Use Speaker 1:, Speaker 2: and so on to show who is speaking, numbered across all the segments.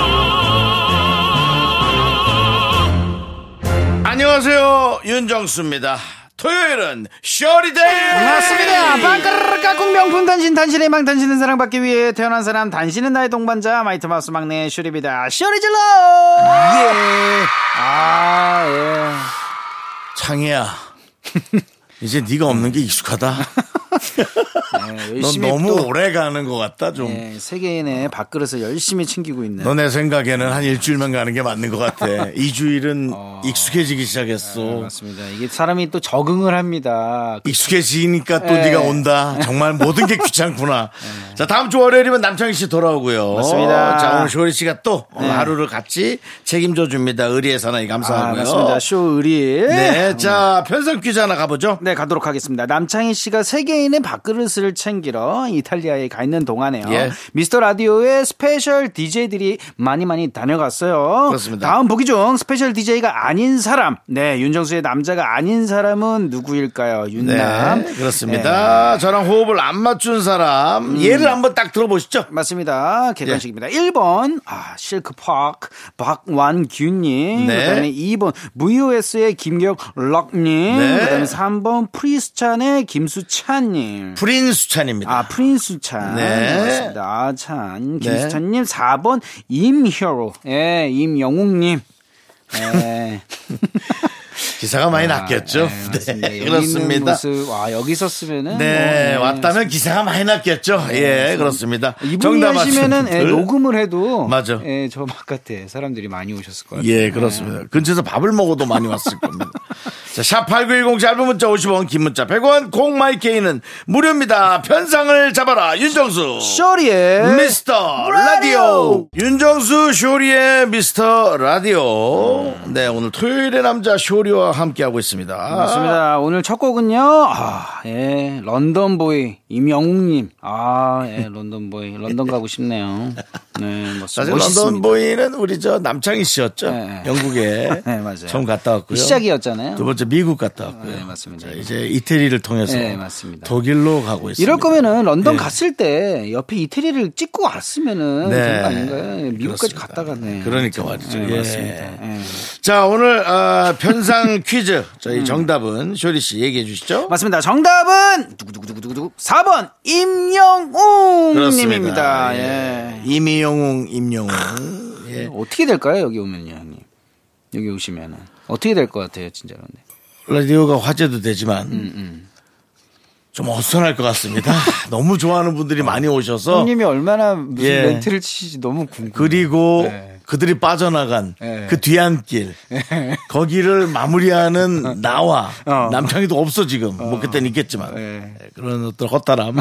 Speaker 1: 안녕하세요 윤정수입니다 토요일은 쇼리데이 예.
Speaker 2: 맞습니다.
Speaker 1: 네.
Speaker 2: 빵까르르 까꿍 명품 단신 단신의 망 단신은 사랑받기 위해 태어난 사람 단신은 나의 동반자 마이트 마우스 막내 슈리입니다. 슈리 질러. 예. 아 예.
Speaker 1: 창희야 이제 네가 없는 게 익숙하다
Speaker 2: 네,
Speaker 1: 넌
Speaker 2: 열심히
Speaker 1: 너무
Speaker 2: 또,
Speaker 1: 오래 가는 것 같다 좀
Speaker 2: 예, 세계인의 밥그릇을 열심히 챙기고 있는.
Speaker 1: 너 내 생각에는 한 일주일만 가는 게 맞는 것 같아. 이주일은 익숙해지기 시작했어.
Speaker 2: 어. 예, 네, 맞습니다. 이게 사람이 또 적응을 합니다.
Speaker 1: 그 익숙해지니까 또
Speaker 2: 예.
Speaker 1: 네가 온다. 정말 모든 게 귀찮구나. 자 다음 주 월요일이면 남창희 씨 돌아오고요.
Speaker 2: 네. 맞습니다. 네.
Speaker 1: 자 오늘 쇼리 씨가 또 오늘 하루를 같이 책임져 줍니다. 의리의 사나이
Speaker 2: 아,
Speaker 1: 감사하고요.
Speaker 2: 맞습니다. 쇼 의리.
Speaker 1: 네, 자 편성 퀴즈 하나 가보죠.
Speaker 2: 네, 가도록 하겠습니다. 남창희 씨가 세계인의 밥그릇을 챙기러 이탈리아에 가 있는 동안에요.
Speaker 1: 예.
Speaker 2: 미스터 라디오의 스페셜 DJ들이 많이 많이 다녀갔어요.
Speaker 1: 그렇습니다.
Speaker 2: 다음 보기 중 스페셜 DJ가 아닌 사람. 네, 윤정수의 남자가 아닌 사람은 누구일까요? 윤남.
Speaker 1: 네, 그렇습니다. 저랑 호흡을 안 맞춘 사람
Speaker 2: 음.
Speaker 1: 얘를 한번 딱 들어보시죠.
Speaker 2: 맞습니다. 객관식입니다.
Speaker 1: 예.
Speaker 2: 1번, 아, 실크파크, 박완규님.
Speaker 1: 네.
Speaker 2: 그 다음에 2번, VOS의 김경락님.
Speaker 1: 네.
Speaker 2: 그 다음에 3번, 프리스찬의 김수찬님.
Speaker 1: 프린수찬입니다.
Speaker 2: 아, 프린스찬.
Speaker 1: 네.
Speaker 2: 맞습니다. 아, 찬. 김수찬님, 4번, 임효로. 예, 임영웅님. 예.
Speaker 1: 기사가 많이 났겠죠.
Speaker 2: 예, 맞습니다.
Speaker 1: 네,
Speaker 2: 여기 있는
Speaker 1: 그렇습니다.
Speaker 2: 모습, 와, 여기 있었으면은.
Speaker 1: 네,
Speaker 2: 뭐, 예.
Speaker 1: 왔다면 기사가 많이 났겠죠. 예, 그렇습니다.
Speaker 2: 이분이
Speaker 1: 정답
Speaker 2: 하시면은 예,
Speaker 1: 맞힌 분들.
Speaker 2: 녹음을 해도
Speaker 1: 맞아.
Speaker 2: 예, 저 바깥에 사람들이 많이 오셨을 거예요.
Speaker 1: 예, 그렇습니다. 근처에서 밥을 먹어도 많이 왔을 겁니다. 자, 샵8910 짧은 문자 50원, 긴 문자 100원, 공마이케이는 무료입니다. 편상을 잡아라. 윤정수.
Speaker 2: 쇼리의
Speaker 1: 미스터 라디오. 윤정수 쇼리의 미스터 라디오. 네, 오늘 토요일의 남자 쇼리와 함께하고 있습니다.
Speaker 2: 맞습니다. 오늘 첫 곡은요. 아, 예. 런던 보이 임영웅 님. 아, 예. 런던 보이. 런던 가고 싶네요. 네, 멋,
Speaker 1: 사실
Speaker 2: 멋있습니다.
Speaker 1: 런던 보이는 우리 저 남창희 씨였죠.
Speaker 2: 네.
Speaker 1: 영국에
Speaker 2: 네, 맞아요.
Speaker 1: 처음 갔다 왔고요.
Speaker 2: 시작이었잖아요.
Speaker 1: 두 번째 미국 갔다 왔고요.
Speaker 2: 네, 맞습니다.
Speaker 1: 자, 이제 이태리를 통해서
Speaker 2: 네, 맞습니다.
Speaker 1: 독일로 가고 있습니다.
Speaker 2: 이럴 거면은 런던
Speaker 1: 예.
Speaker 2: 갔을 때 옆에 이태리를 찍고 왔으면은
Speaker 1: 네.
Speaker 2: 되는 거 아닌가요? 예, 미국까지
Speaker 1: 그렇습니다.
Speaker 2: 갔다 갔네.
Speaker 1: 그러니까 말이죠.
Speaker 2: 네,
Speaker 1: 예.
Speaker 2: 맞습니다. 예.
Speaker 1: 자, 오늘 어, 편상 퀴즈 저희 정답은 쇼리 씨 얘기해 주시죠.
Speaker 2: 음. 맞습니다. 정답은 두구두구두구두구 4번 임영웅 님입니다. 예.
Speaker 1: 이미영웅, 임영웅. 예.
Speaker 2: 어떻게 될까요 여기 오면요 형님 여기 오시면은 어떻게 될 것 같아요 진짜로 근데
Speaker 1: 라디오가 화제도 되지만
Speaker 2: 음,
Speaker 1: 좀 어수선할 것 같습니다. 너무 좋아하는 분들이 많이 오셔서
Speaker 2: 형님이 얼마나 무슨
Speaker 1: 어. 예.
Speaker 2: 멘트를 치시지 너무 궁금해요
Speaker 1: 그리고
Speaker 2: 네.
Speaker 1: 그들이 빠져나간
Speaker 2: 네.
Speaker 1: 그 뒤안길 거기를 마무리하는 나와
Speaker 2: 어.
Speaker 1: 남창이도 없어 지금 뭐 그땐 있겠지만
Speaker 2: 네.
Speaker 1: 그런 어떤 헛다람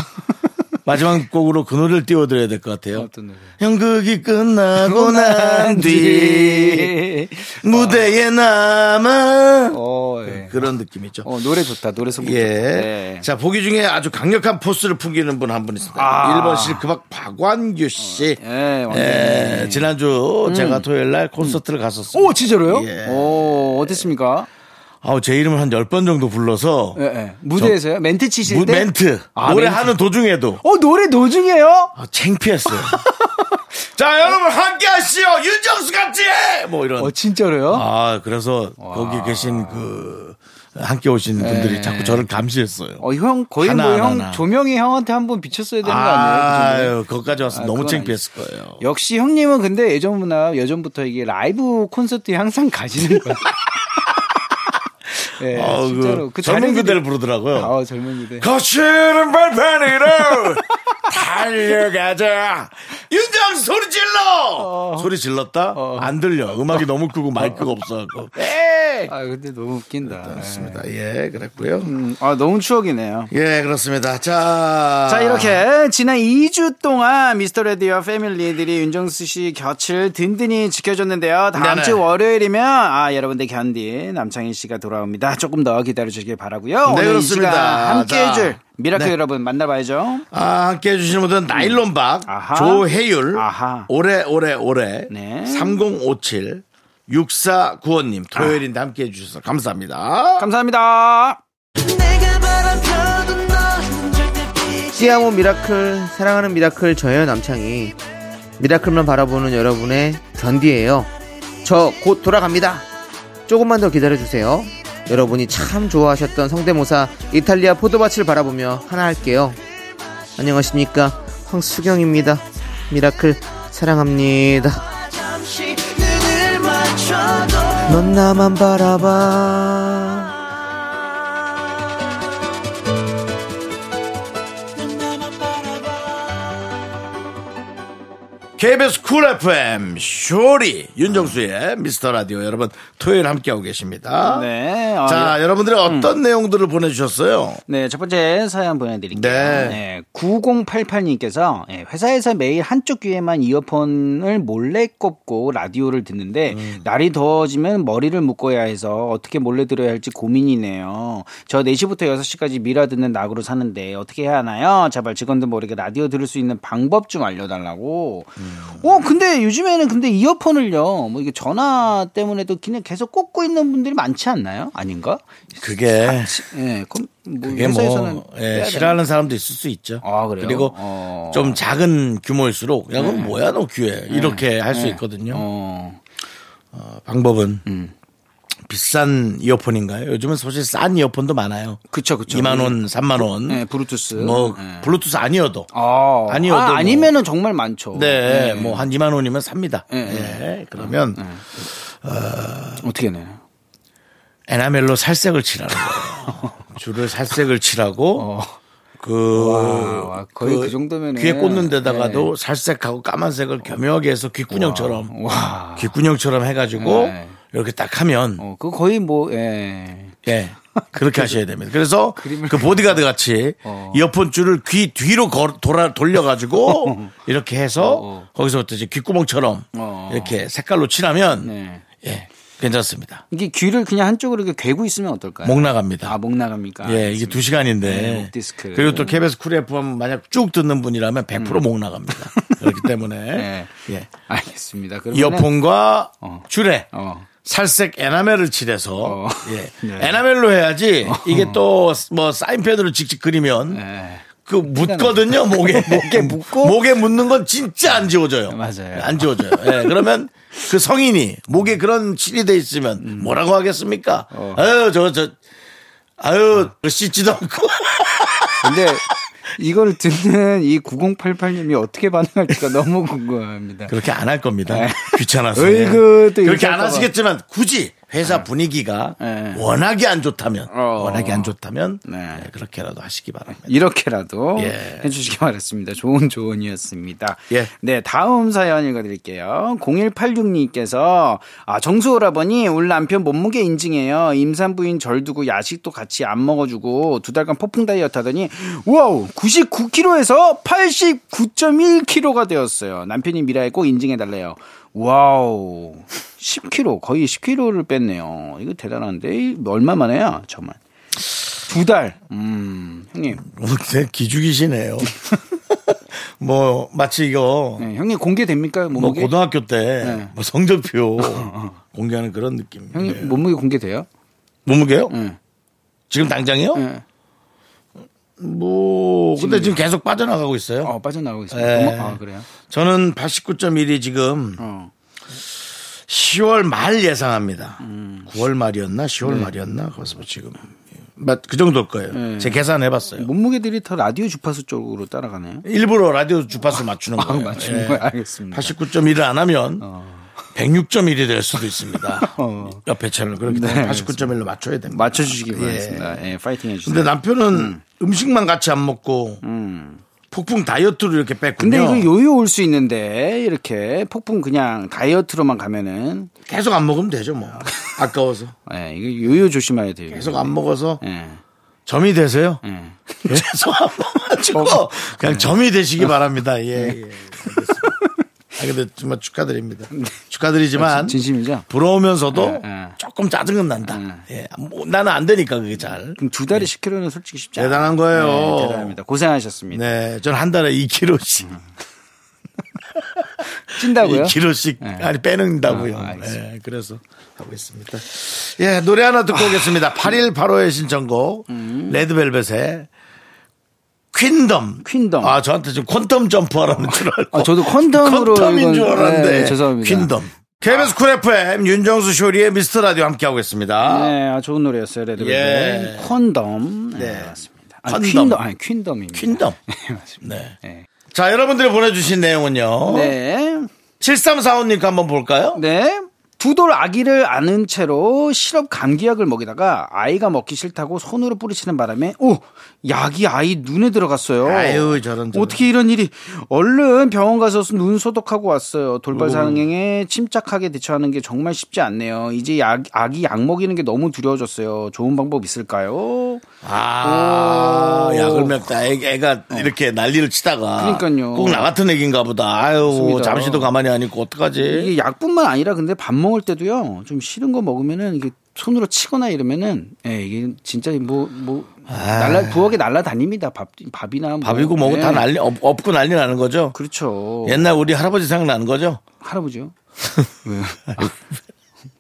Speaker 1: 마지막 곡으로 그 노래를 띄워드려야 될 것 같아요
Speaker 2: 어떤 노래?
Speaker 1: 연극이 끝나고 난 뒤 무대에 남아
Speaker 2: 어, 예.
Speaker 1: 그런 느낌이죠
Speaker 2: 어, 노래 좋다 노래 선곡
Speaker 1: 예.
Speaker 2: 좋다 예.
Speaker 1: 자, 보기 중에 아주 강력한 포스를 풍기는 분 한 분 있습니다.
Speaker 2: 아.
Speaker 1: 1번 실크박 박완규 씨.
Speaker 2: 예, 완규
Speaker 1: 예, 지난주 제가 토요일 날 콘서트를 갔었어요.
Speaker 2: 오 진짜로요?
Speaker 1: 예.
Speaker 2: 오 어땠습니까?
Speaker 1: 아우, 제 이름을 한 10번 정도 불러서.
Speaker 2: 예, 예. 무대에서요? 멘트 치실
Speaker 1: 무-
Speaker 2: 때?
Speaker 1: 멘트.
Speaker 2: 아,
Speaker 1: 노래하는 도중에도.
Speaker 2: 어 노래 노중이에요?
Speaker 1: 아, 창피했어요. 자, 여러분 함께 하시오! 윤정수 같이! 뭐 이런.
Speaker 2: 어 진짜로요?
Speaker 1: 아, 그래서 거기 계신 그, 함께 오신 분들이 자꾸 저를 감시했어요.
Speaker 2: 네. 어 형 거의
Speaker 1: 하나,
Speaker 2: 뭐
Speaker 1: 하나,
Speaker 2: 형
Speaker 1: 하나.
Speaker 2: 조명이 형한테 한번 비쳤어야 되는 거 아니에요? 그 정도면?
Speaker 1: 아유, 거기까지 왔으면
Speaker 2: 아,
Speaker 1: 너무
Speaker 2: 그건
Speaker 1: 창피했을 거예요.
Speaker 2: 역시 형님은 근데 예전부나 예전부터 이게 라이브 콘서트에 항상 가시는 거예요. 예,
Speaker 1: 어,
Speaker 2: 진짜로
Speaker 1: 그, 젊은
Speaker 2: 자리들이-
Speaker 1: 그대를 부르더라고요.
Speaker 2: 아, 젊은 그대.
Speaker 1: 거칠은 발판으로 달려가자. 윤정 소리
Speaker 2: 어.
Speaker 1: 질러. 소리 질렀다? 안 들려. 음악이 너무 크고 마이크가 없어갖고. 백!
Speaker 2: 아, 근데 너무 웃긴다.
Speaker 1: 그렇습니다. 예, 그랬고요.
Speaker 2: 음, 아, 너무 추억이네요.
Speaker 1: 예, 그렇습니다. 자.
Speaker 2: 자, 이렇게 지난 2주 동안 미스터 레디와 패밀리들이 윤정수 씨 곁을 든든히 지켜줬는데요. 다음
Speaker 1: 네네.
Speaker 2: 주 월요일이면 아, 여러분들 견디 남창희 씨가 돌아옵니다. 조금 더 기다려 주시길 바라고요. 오늘 이
Speaker 1: 네, 그렇습니다.
Speaker 2: 시간 함께
Speaker 1: 자.
Speaker 2: 해 줄 미라클
Speaker 1: 네.
Speaker 2: 여러분 만나봐야죠.
Speaker 1: 아, 함께 해주시는 분들은 나일론박,
Speaker 2: 네. 아하.
Speaker 1: 조혜율,
Speaker 2: 아하.
Speaker 1: 오래오래오래,
Speaker 2: 네.
Speaker 1: 3057, 6495님, 토요일인데
Speaker 2: 아.
Speaker 1: 함께 해주셔서 감사합니다.
Speaker 2: 감사합니다.
Speaker 3: 시아모 미라클 사랑하는 미라클 저예요 남창이 미라클만 바라보는 여러분의 견디예요 저 곧 돌아갑니다 조금만 더 기다려주세요 여러분이 참 좋아하셨던 성대모사 이탈리아 포도밭을 바라보며 하나 할게요 안녕하십니까 황수경입니다 미라클 사랑합니다 넌 나만 바라봐
Speaker 1: KBS 쿨 FM, 쇼리, 윤정수의 미스터 라디오 여러분, 토요일 함께하고 계십니다.
Speaker 2: 네. 아,
Speaker 1: 자, 여러분들이 어떤 내용들을 보내주셨어요?
Speaker 2: 네, 첫 번째 사연 보내드릴게요.
Speaker 1: 네.
Speaker 2: 9088님께서 예, 회사에서 매일 한쪽 귀에만 이어폰을 몰래 꼽고 라디오를 듣는데 날이 더워지면 머리를 묶어야 해서 어떻게 몰래 들어야 할지 고민이네요. 저 4시부터 6시까지 미라 듣는 낙으로 사는데 어떻게 해야 하나요? 제발 직원들 모르게 라디오 들을 수 있는 방법 좀 알려달라고. 어, 근데 요즘에는 근데 이어폰을요, 뭐 이게 전화 때문에도 그냥 계속 꽂고 있는 분들이 많지 않나요? 아닌가?
Speaker 1: 그게,
Speaker 2: 예, 그럼 뭐
Speaker 1: 그게
Speaker 2: 회사에서는
Speaker 1: 뭐, 예,
Speaker 2: 빼야 되나?
Speaker 1: 싫어하는 사람도 있을 수 있죠.
Speaker 2: 아, 그래요?
Speaker 1: 그리고
Speaker 2: 어. 네.
Speaker 1: 좀 작은 규모일수록, 야, 그건 뭐야, 너 귀에. 이렇게 할 수 있거든요.
Speaker 2: 어,
Speaker 1: 방법은
Speaker 2: 음.
Speaker 1: 비싼 이어폰인가요? 요즘은 사실 싼 이어폰도 많아요.
Speaker 2: 그쵸 그쵸.
Speaker 1: 2만 원, 3만 원.
Speaker 2: 네, 브루투스.
Speaker 1: 뭐
Speaker 2: 네.
Speaker 1: 블루투스 아니어도.
Speaker 2: 아, 예.
Speaker 1: 아니어도
Speaker 2: 아,
Speaker 1: 뭐.
Speaker 2: 아니면은 정말 많죠.
Speaker 1: 네, 뭐 한 2만 원이면 삽니다. 예.
Speaker 2: 네, 네.
Speaker 1: 그러면
Speaker 2: 어떻게 아, 내요?
Speaker 1: 에나멜로 살색을 칠하는 거예요. 줄을 살색을 칠하고 그
Speaker 2: 어. 와, 와, 거의 그 정도면은. 예.
Speaker 1: 귀에 꽂는 데다가도 살색하고 까만색을 겸허하게 해서 귓구녕처럼
Speaker 2: 와,
Speaker 1: 귓구녕처럼 해가지고
Speaker 2: 네.
Speaker 1: 이렇게 딱 하면
Speaker 2: 어, 그거 거의 뭐, 예.
Speaker 1: 예. 그렇게 하셔야 됩니다. 그래서 그 보디가드 같이 이어폰 줄을 귀 뒤로 걸- 돌아 돌려가지고 이렇게 해서 거기서부터 이제 귓구멍처럼
Speaker 2: 어.
Speaker 1: 이렇게 색깔로 칠하면
Speaker 2: 네.
Speaker 1: 예 괜찮습니다.
Speaker 2: 이게 귀를 그냥 한쪽으로 이렇게 괴고 있으면 어떨까요?
Speaker 1: 목 나갑니다.
Speaker 2: 아, 목 나갑니까?
Speaker 1: 예, 이게 두
Speaker 2: 네,
Speaker 1: 시간인데
Speaker 2: 목 디스크.
Speaker 1: 그리고 또 KBS 쿨 FM 만약 쭉 듣는 분이라면 100%목 나갑니다. 그렇기 때문에
Speaker 2: 음. 네.
Speaker 1: 예.
Speaker 2: 알겠습니다. 그러면
Speaker 1: 이어폰과
Speaker 2: 어.
Speaker 1: 줄에
Speaker 2: 어.
Speaker 1: 살색 에나멜을 칠해서
Speaker 2: 어.
Speaker 1: 예.
Speaker 2: 네. 어.
Speaker 1: 에나멜로 해야지 이게 또 뭐 사인펜으로 직직 그리면
Speaker 2: 예.
Speaker 1: 그 묻거든요 목에 목에
Speaker 2: 묻고? 네,
Speaker 1: 목에 묻는 건 진짜 안 지워져요.
Speaker 2: 맞아요.
Speaker 1: 안 지워져요. 예, 그러면 그 성인이 목에 그런 칠이 돼 있으면
Speaker 2: 음.
Speaker 1: 뭐라고 하겠습니까?
Speaker 2: 어.
Speaker 1: 아유 저 저 아유 어. 씻지도 않고
Speaker 2: 근데 이걸 듣는 이 9088님이 어떻게 반응할지가 너무 궁금합니다.
Speaker 1: 그렇게 안 할 겁니다. 귀찮아서 네.
Speaker 2: 어이구, 네. 또
Speaker 1: 그렇게
Speaker 2: 이렇게
Speaker 1: 안
Speaker 2: 할까봐.
Speaker 1: 하시겠지만 굳이 회사 분위기가
Speaker 2: 네.
Speaker 1: 워낙에 안 좋다면
Speaker 2: 어.
Speaker 1: 워낙에 안 좋다면
Speaker 2: 네.
Speaker 1: 예, 그렇게라도 하시기 바랍니다.
Speaker 2: 이렇게라도
Speaker 1: 예.
Speaker 2: 해주시기 바랬습니다. 좋은 조언이었습니다.
Speaker 1: 예.
Speaker 2: 네, 다음 사연 읽어드릴게요. 0186님께서 아 정수 오라버니 우리 남편 몸무게 인증해요. 임산부인 절 두고 야식도 같이 안 먹어주고 두 달간 폭풍 다이어트 하더니 와우 99kg에서 89.1kg가 되었어요. 남편이 미라에 꼭 인증해달래요. 와우 10kg 거의 10kg를 뺐네요. 이거 대단한데 얼마 만에야 정말. 두 달. 음, 형님.
Speaker 1: 오늘 되게 뭐, 기죽이시네요. 뭐 마치 이거
Speaker 2: 네, 형님 공개됩니까?
Speaker 1: 뭐
Speaker 2: 몸무게?
Speaker 1: 고등학교 때
Speaker 2: 네.
Speaker 1: 뭐 성적표 공개하는 그런 느낌.
Speaker 2: 형님
Speaker 1: 네.
Speaker 2: 몸무게 공개돼요?
Speaker 1: 몸무게요?
Speaker 2: 네.
Speaker 1: 지금 당장이요?
Speaker 2: 네.
Speaker 1: 뭐 근데 지금 계속 빠져나가고 있어요.
Speaker 2: 어, 빠져나오고 있습니다.
Speaker 1: 네.
Speaker 2: 어머, 아, 그래요?
Speaker 1: 저는 89.1이 지금
Speaker 2: 어.
Speaker 1: 10월 말 예상합니다.
Speaker 2: 음.
Speaker 1: 9월 말이었나 10월
Speaker 2: 네.
Speaker 1: 말이었나 그래서 지금 맞- 그 정도일 거예요. 제 계산해봤어요.
Speaker 2: 뭐- 몸무게들이 더 라디오 주파수 쪽으로 따라가네요.
Speaker 1: 일부러 라디오 주파수 맞추는
Speaker 2: 아,
Speaker 1: 거예요.
Speaker 2: 맞추는
Speaker 1: 예.
Speaker 2: 거예요. 알겠습니다.
Speaker 1: 89.1을 안 하면 106.1이 될 수도 있습니다.
Speaker 2: 어.
Speaker 1: 옆에 채널 그렇기 때문에
Speaker 2: 네,
Speaker 1: 89.1로 맞춰야 됩니다. 아,
Speaker 2: 예, 맞춰주시기 바랍니다. 예, 파이팅 해주세요.
Speaker 1: 근데 남편은 음. 식만 같이 안 먹고 폭풍 다이어트로 이렇게 뺐군요.
Speaker 2: 근데 이거 요요 올 수 있는데 이렇게 폭풍 그냥 다이어트로만 가면은
Speaker 1: 계속 안 먹으면 되죠 뭐. 아까워서
Speaker 2: 예, 이거 요요 조심해야 돼요.
Speaker 1: 계속 안 먹어서
Speaker 2: 예.
Speaker 1: 점이 되세요.
Speaker 2: 예.
Speaker 1: 계속 안 먹어가지고 그냥 점이 되시기 바랍니다. 예. 예. 알겠습니다. 아 근데 정말 축하드립니다. 축하드리지만
Speaker 2: 진심이죠?
Speaker 1: 부러우면서도
Speaker 2: 예, 예.
Speaker 1: 조금 짜증은 난다. 예. 뭐, 나는 안 되니까 그게 잘.
Speaker 2: 그럼 두 달에 10kg는 솔직히 쉽지 않아요.
Speaker 1: 네. 대단한 거예요.
Speaker 2: 음. 네, 대단합니다. 고생하셨습니다.
Speaker 1: 네, 저는 한 달에 2kg씩, 네.
Speaker 2: 찐다고요? 네.
Speaker 1: 2kg씩 아니 빼는다고요.
Speaker 2: 아, 알겠습니다.
Speaker 1: 네, 그래서 하고 있습니다. 예, 노래 하나 듣고
Speaker 2: 아.
Speaker 1: 오겠습니다. 8185의 신청곡
Speaker 2: 음.
Speaker 1: 레드벨벳의 퀸덤.
Speaker 2: 퀸덤.
Speaker 1: 아, 저한테 지금 퀀텀 점프하라는 줄 알고.
Speaker 2: 아, 저도 퀀덤으로
Speaker 1: 퀀텀인
Speaker 2: 이건-
Speaker 1: 줄 알았는데.
Speaker 2: 네, 죄송합니다.
Speaker 1: 퀸덤. KBS 쿨 FM 윤정수 쇼리의 미스터 라디오 함께 하고 있습니다.
Speaker 2: 네, 아, 좋은 노래였어요. 레드벨벳.
Speaker 1: 예.
Speaker 2: 콘덤. 네,
Speaker 1: 네.
Speaker 2: 맞습니다. 아니,
Speaker 1: 콘덤.
Speaker 2: 퀸덤. 아니, 퀸덤입니다.
Speaker 1: 퀸덤.
Speaker 2: 네, 맞습니다.
Speaker 1: 네.
Speaker 2: 네.
Speaker 1: 자, 여러분들이 보내주신 내용은요.
Speaker 2: 네.
Speaker 1: 7345님께 한번 볼까요?
Speaker 2: 네. 두 돌 아기를 안은 채로 시럽 감기약을 먹이다가 아이가 먹기 싫다고 손으로 뿌리치는 바람에 오 약이 아이 눈에 들어갔어요.
Speaker 1: 아유, 저런, 저런.
Speaker 2: 어떻게 이런 일이? 얼른 병원 가서 눈 소독하고 왔어요. 돌발 상황에 침착하게 대처하는 게 정말 쉽지 않네요. 이제 약, 아기 약 먹이는 게 너무 두려워졌어요. 좋은 방법 있을까요?
Speaker 1: 아,
Speaker 2: 오. 어.
Speaker 1: 약을 맵다. 애, 애가 이렇게 난리를 치다가.
Speaker 2: 그러니까요.
Speaker 1: 꼭 나 같은 애기인가 보다. 아유,
Speaker 2: 맞습니다.
Speaker 1: 잠시도 가만히 안 있고 어떡하지?
Speaker 2: 이게 약뿐만 아니라 근데 밥 먹을 때도요. 좀 싫은 거 먹으면은 이게 손으로 치거나 이러면은 예, 이게 진짜 뭐 뭐 날라 부엌에 날라다닙니다. 밥 밥이나 뭐.
Speaker 1: 아. 밥이고 뭐고
Speaker 2: 예.
Speaker 1: 다 예. 난리, 엎, 엎고 난리 나는 거죠?
Speaker 2: 그렇죠.
Speaker 1: 옛날 우리 할아버지 생각나는 거죠?
Speaker 2: 할아버지요. 왜?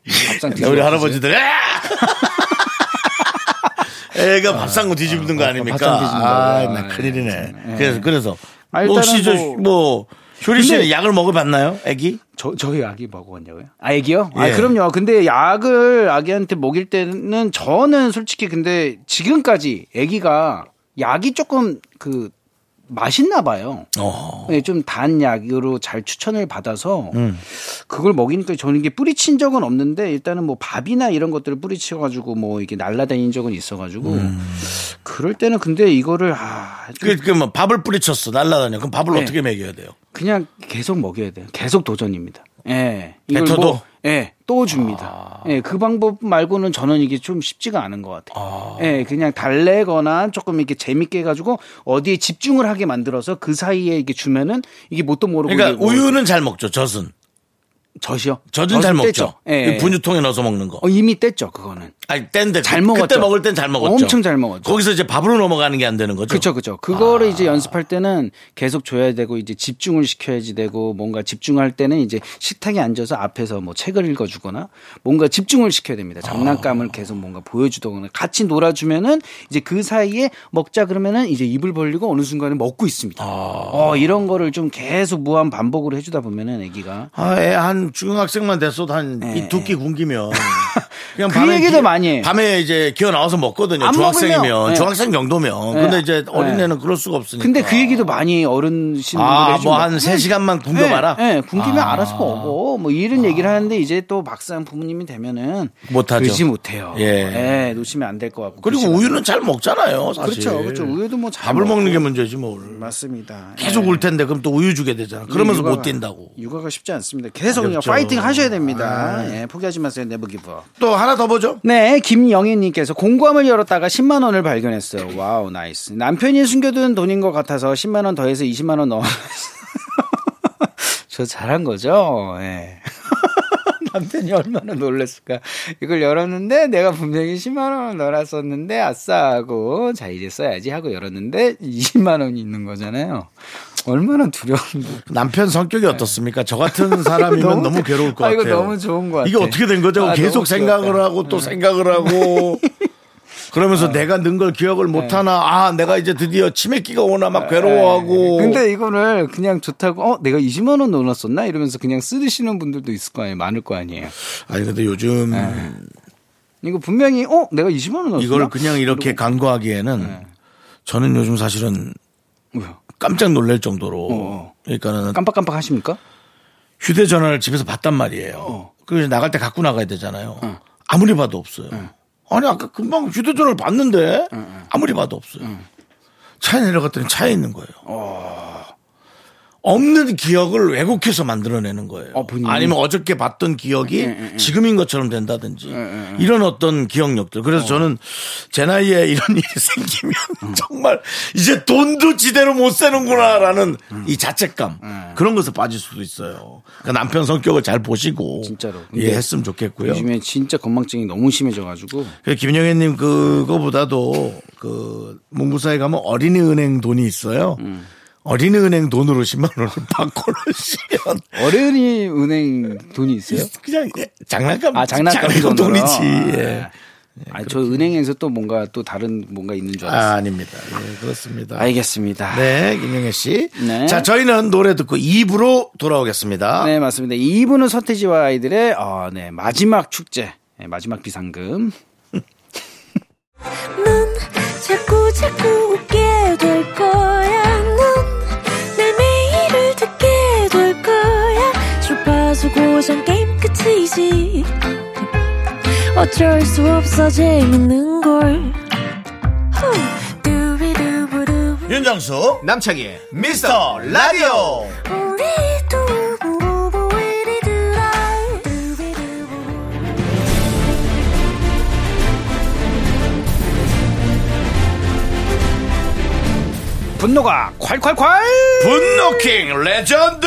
Speaker 2: 밥상 뒤집어
Speaker 1: 우리
Speaker 2: 드세요?
Speaker 1: 할아버지들. 아! 애가 밥상구 뒤집는 거 아닙니까?
Speaker 2: 아, 밥상 뒤집는 거.
Speaker 1: 아,
Speaker 2: 아,
Speaker 1: 나 큰일이네. 그래서, 그래서.
Speaker 2: 아, 일단은
Speaker 1: 혹시 저,
Speaker 2: 뭐-
Speaker 1: 뭐, 효리 씨는
Speaker 2: 근데-
Speaker 1: 약을 먹어봤나요? 애기?
Speaker 2: 저, 저희 아기 먹었냐고요? 아, 애기요? 아,
Speaker 1: 예.
Speaker 2: 그럼요. 근데 약을 아기한테 먹일 때는 저는 솔직히 근데 지금까지 애기가 약이 조금 그 맛있나 봐요.
Speaker 1: 어.
Speaker 2: 네, 좀 단 약으로 잘 추천을 받아서
Speaker 1: 음.
Speaker 2: 그걸 먹이니까 저는 이게 뿌리친 적은 없는데 일단은 뭐 밥이나 이런 것들을 뿌리치가지고 뭐 이게 날라다닌 적은 있어가지고 그럴 때는 근데 이거를 아,
Speaker 1: 음. 그, 그, 뭐, 밥을 뿌리쳤어. 날라다녀. 그럼 밥을
Speaker 2: 네.
Speaker 1: 어떻게 먹여야 돼요?
Speaker 2: 그냥 계속 먹여야 돼요. 계속 도전입니다. 예. 이걸
Speaker 1: 뱉어도? 아.
Speaker 2: 뭐- 예, 또 줍니다. 예, 그 방법 말고는 저는 이게 좀 쉽지가 않은 것 같아요. 예, 그냥 달래거나 조금 이렇게 재밌게 해가지고 어디에 집중을 하게 만들어서 그 사이에 이게 주면은 이게 뭣도 모르고.
Speaker 1: 그러니까
Speaker 2: 이게 뭐
Speaker 1: 우유는 잘 먹죠. 젖은.
Speaker 2: 젖이요?
Speaker 1: 젖은 잘
Speaker 2: 젖은
Speaker 1: 먹죠.
Speaker 2: 뗐죠. 예,
Speaker 1: 이
Speaker 2: 예.
Speaker 1: 분유통에 넣어서 먹는 거.
Speaker 2: 어, 이미 뗐죠, 그거는.
Speaker 1: 아니 땐데
Speaker 2: 잘
Speaker 1: 그때
Speaker 2: 먹었죠.
Speaker 1: 먹을 땐 잘 먹었죠.
Speaker 2: 엄청 잘 먹었죠.
Speaker 1: 거기서 이제 밥으로 넘어가는 게 안 되는 거죠. 아.
Speaker 2: 그쵸, 그쵸. 그거를 이제 연습할 때는 계속 줘야 되고, 이제 집중을 시켜야지 되고, 뭔가 집중할 때는 이제 식탁에 앉아서 앞에서 뭐 책을 읽어주거나, 뭔가 집중을 시켜야 됩니다. 장난감을
Speaker 1: 아.
Speaker 2: 계속 뭔가 보여주거나, 같이 놀아주면은, 이제 그 사이에 먹자 그러면은, 이제 입을 벌리고 어느 순간에
Speaker 1: 아.
Speaker 2: 먹고 있습니다. 어, 이런 거를 좀 계속 무한 반복으로 해주다 보면은, 애기가.
Speaker 1: 아, 애 한 중학생만 됐어도 한 이 두 끼 굶기면 그냥
Speaker 2: 예. 그 얘기도 많이 해요.
Speaker 1: 밤에 이제 기어 나와서 먹거든요.
Speaker 2: 안
Speaker 1: 중학생이면
Speaker 2: 먹으면, 예.
Speaker 1: 중학생 정도면.
Speaker 2: 예.
Speaker 1: 근데 이제
Speaker 2: 예.
Speaker 1: 어린애는 그럴 수가 없으니까.
Speaker 2: 근데 그 얘기도 많이 어른신
Speaker 1: 그러니까. 아, 뭐 한 세시간만 굶겨봐라. 아.
Speaker 2: 예, 예, 굶기면 알아서 먹어. 뭐 이런 얘기를 하는데 이제 또 막상 부모님이 되면은
Speaker 1: 못하죠.
Speaker 2: 그지 못해요.
Speaker 1: 예.
Speaker 2: 예. 놓치면 안 될 것 같고.
Speaker 1: 그리고
Speaker 2: 그러시면-
Speaker 1: 우유는 잘 먹잖아요. 사실.
Speaker 2: 그렇죠, 그렇죠. 우유도 뭐 잘
Speaker 1: 밥을
Speaker 2: 먹고.
Speaker 1: 먹는 게 문제지 뭘.
Speaker 2: 맞습니다.
Speaker 1: 계속
Speaker 2: 예.
Speaker 1: 울 텐데 그럼 또 우유 주게 되잖아. 그러면서
Speaker 2: 육아가-
Speaker 1: 못 뛴다고.
Speaker 2: 육아가 쉽지 않습니다. 계속 그냥
Speaker 1: 어렵죠. 아.
Speaker 2: 파이팅 하셔야 됩니다. 예, 포기하지 마세요. 네버 기브.
Speaker 1: 또 하나 더 보죠.
Speaker 2: 네, 김영애님께서 공구함을 열었다가 10만 원을 발견했어요. 와우, 나이스. 남편이 숨겨둔 돈인 것 같아서 10만 원 더해서 20만 원 넣어. 저 잘한 거죠? 예. 남편이 얼마나 놀랐을까. 이걸 열었는데 내가 분명히 10만 원을 넣었었는데 아싸 하고 자 이제 써야지 하고 열었는데 20만 원이 있는 거잖아요. 얼마나 두려운
Speaker 1: 남편 성격이 어떻습니까? 저 같은 사람이면 너무,
Speaker 2: 너무-
Speaker 1: 괴로울 것
Speaker 2: 아,
Speaker 1: 같아요.
Speaker 2: 이거 너무 좋은 것 같아.
Speaker 1: 이게 어떻게 된 거죠?
Speaker 2: 아,
Speaker 1: 계속
Speaker 2: 너무
Speaker 1: 생각을
Speaker 2: 귀엽다. 음.
Speaker 1: 하고 또 생각을 하고 그러면서
Speaker 2: 아.
Speaker 1: 내가 는 걸 기억을
Speaker 2: 네.
Speaker 1: 못 하나? 아, 내가 이제 드디어 치맥기가 오나 막 괴로워하고.
Speaker 2: 아, 예, 네. 근데 이거를 그냥 좋다고 어 내가 20만 원 넣어놨었나 이러면서 그냥 쓰시는 분들도 있을 거 아니에요 많을 거 아니에요
Speaker 1: 아니 근데 요즘
Speaker 2: 네. 이거 분명히 어 내가 20만 원 넣었나
Speaker 1: 이걸 그냥
Speaker 2: 네.
Speaker 1: 이렇게 간과하기에는 저는 요즘 사실은
Speaker 2: 뭐야?
Speaker 1: 깜짝 놀랄 정도로
Speaker 2: 어.
Speaker 1: 그러니까는
Speaker 2: 깜빡깜빡 하십니까
Speaker 1: 휴대전화를 집에서 봤단 말이에요. 그래서 나갈 때 갖고 나가야 되잖아요. 아무리 봐도 없어요. 아니 아까 금방 휴대전화를 봤는데 아무리 봐도 없어요. 차에 내려갔더니 차에 있는 거예요. 없는 기억을 왜곡해서 만들어내는 거예요.
Speaker 2: 어, 본인이? 예,
Speaker 1: 아니면 어저께 봤던 기억이 지금인 것처럼 된다든지 이런 어떤 기억력들. 그래서 저는 제 나이에 이런 일이 생기면
Speaker 2: 어.
Speaker 1: 정말 이제 돈도 지대로 못
Speaker 2: 음.
Speaker 1: 세는구나라는 이 자책감
Speaker 2: 예.
Speaker 1: 그런 것에 빠질 수도 있어요. 그러니까 남편 성격을 잘 보시고
Speaker 2: 진짜로. 근데
Speaker 1: 이해했으면 좋겠고요.
Speaker 2: 요즘에 진짜 건망증이 너무 심해져가지고
Speaker 1: 그 김영애님 그거보다도 그 문구사에 가면 어린이은행 돈이 있어요.
Speaker 2: 음.
Speaker 1: 어린이은행 돈으로 10만 원을 바꿔놓으시면
Speaker 2: 어른이 은행 돈이 있어요?
Speaker 1: 그냥 예, 장난감
Speaker 2: 아 장난감
Speaker 1: 장난감
Speaker 2: 돈으로?
Speaker 1: 돈이지. 예.
Speaker 2: 아, 아니 저 은행에서 또 뭔가 또 다른 뭔가 있는 줄 알았어요.
Speaker 1: 아, 아닙니다. 예, 그렇습니다.
Speaker 2: 알겠습니다. 네.
Speaker 1: 네, 김영애 씨.
Speaker 2: 네.
Speaker 1: 자, 저희는 노래 듣고 2부로 돌아오겠습니다.
Speaker 2: 맞습니다. 이분은 서태지와 아이들의 어, 네 마지막 축제, 네, 마지막 비상금.
Speaker 4: 넌 자꾸 자꾸 웃게 될 거야. 넌내 매일을 듣게 될 거야. 주파수 고정 게임 끝이지. 어쩔 수 없어 재밌는 걸. 후. 두비두부두부.
Speaker 1: 윤정수, 남창희, 미스터 라디오.
Speaker 4: 우리 두부부부 우리 두라. 두비두부부.
Speaker 2: 분노가 콸콸콸!
Speaker 1: 분노킹 레전드.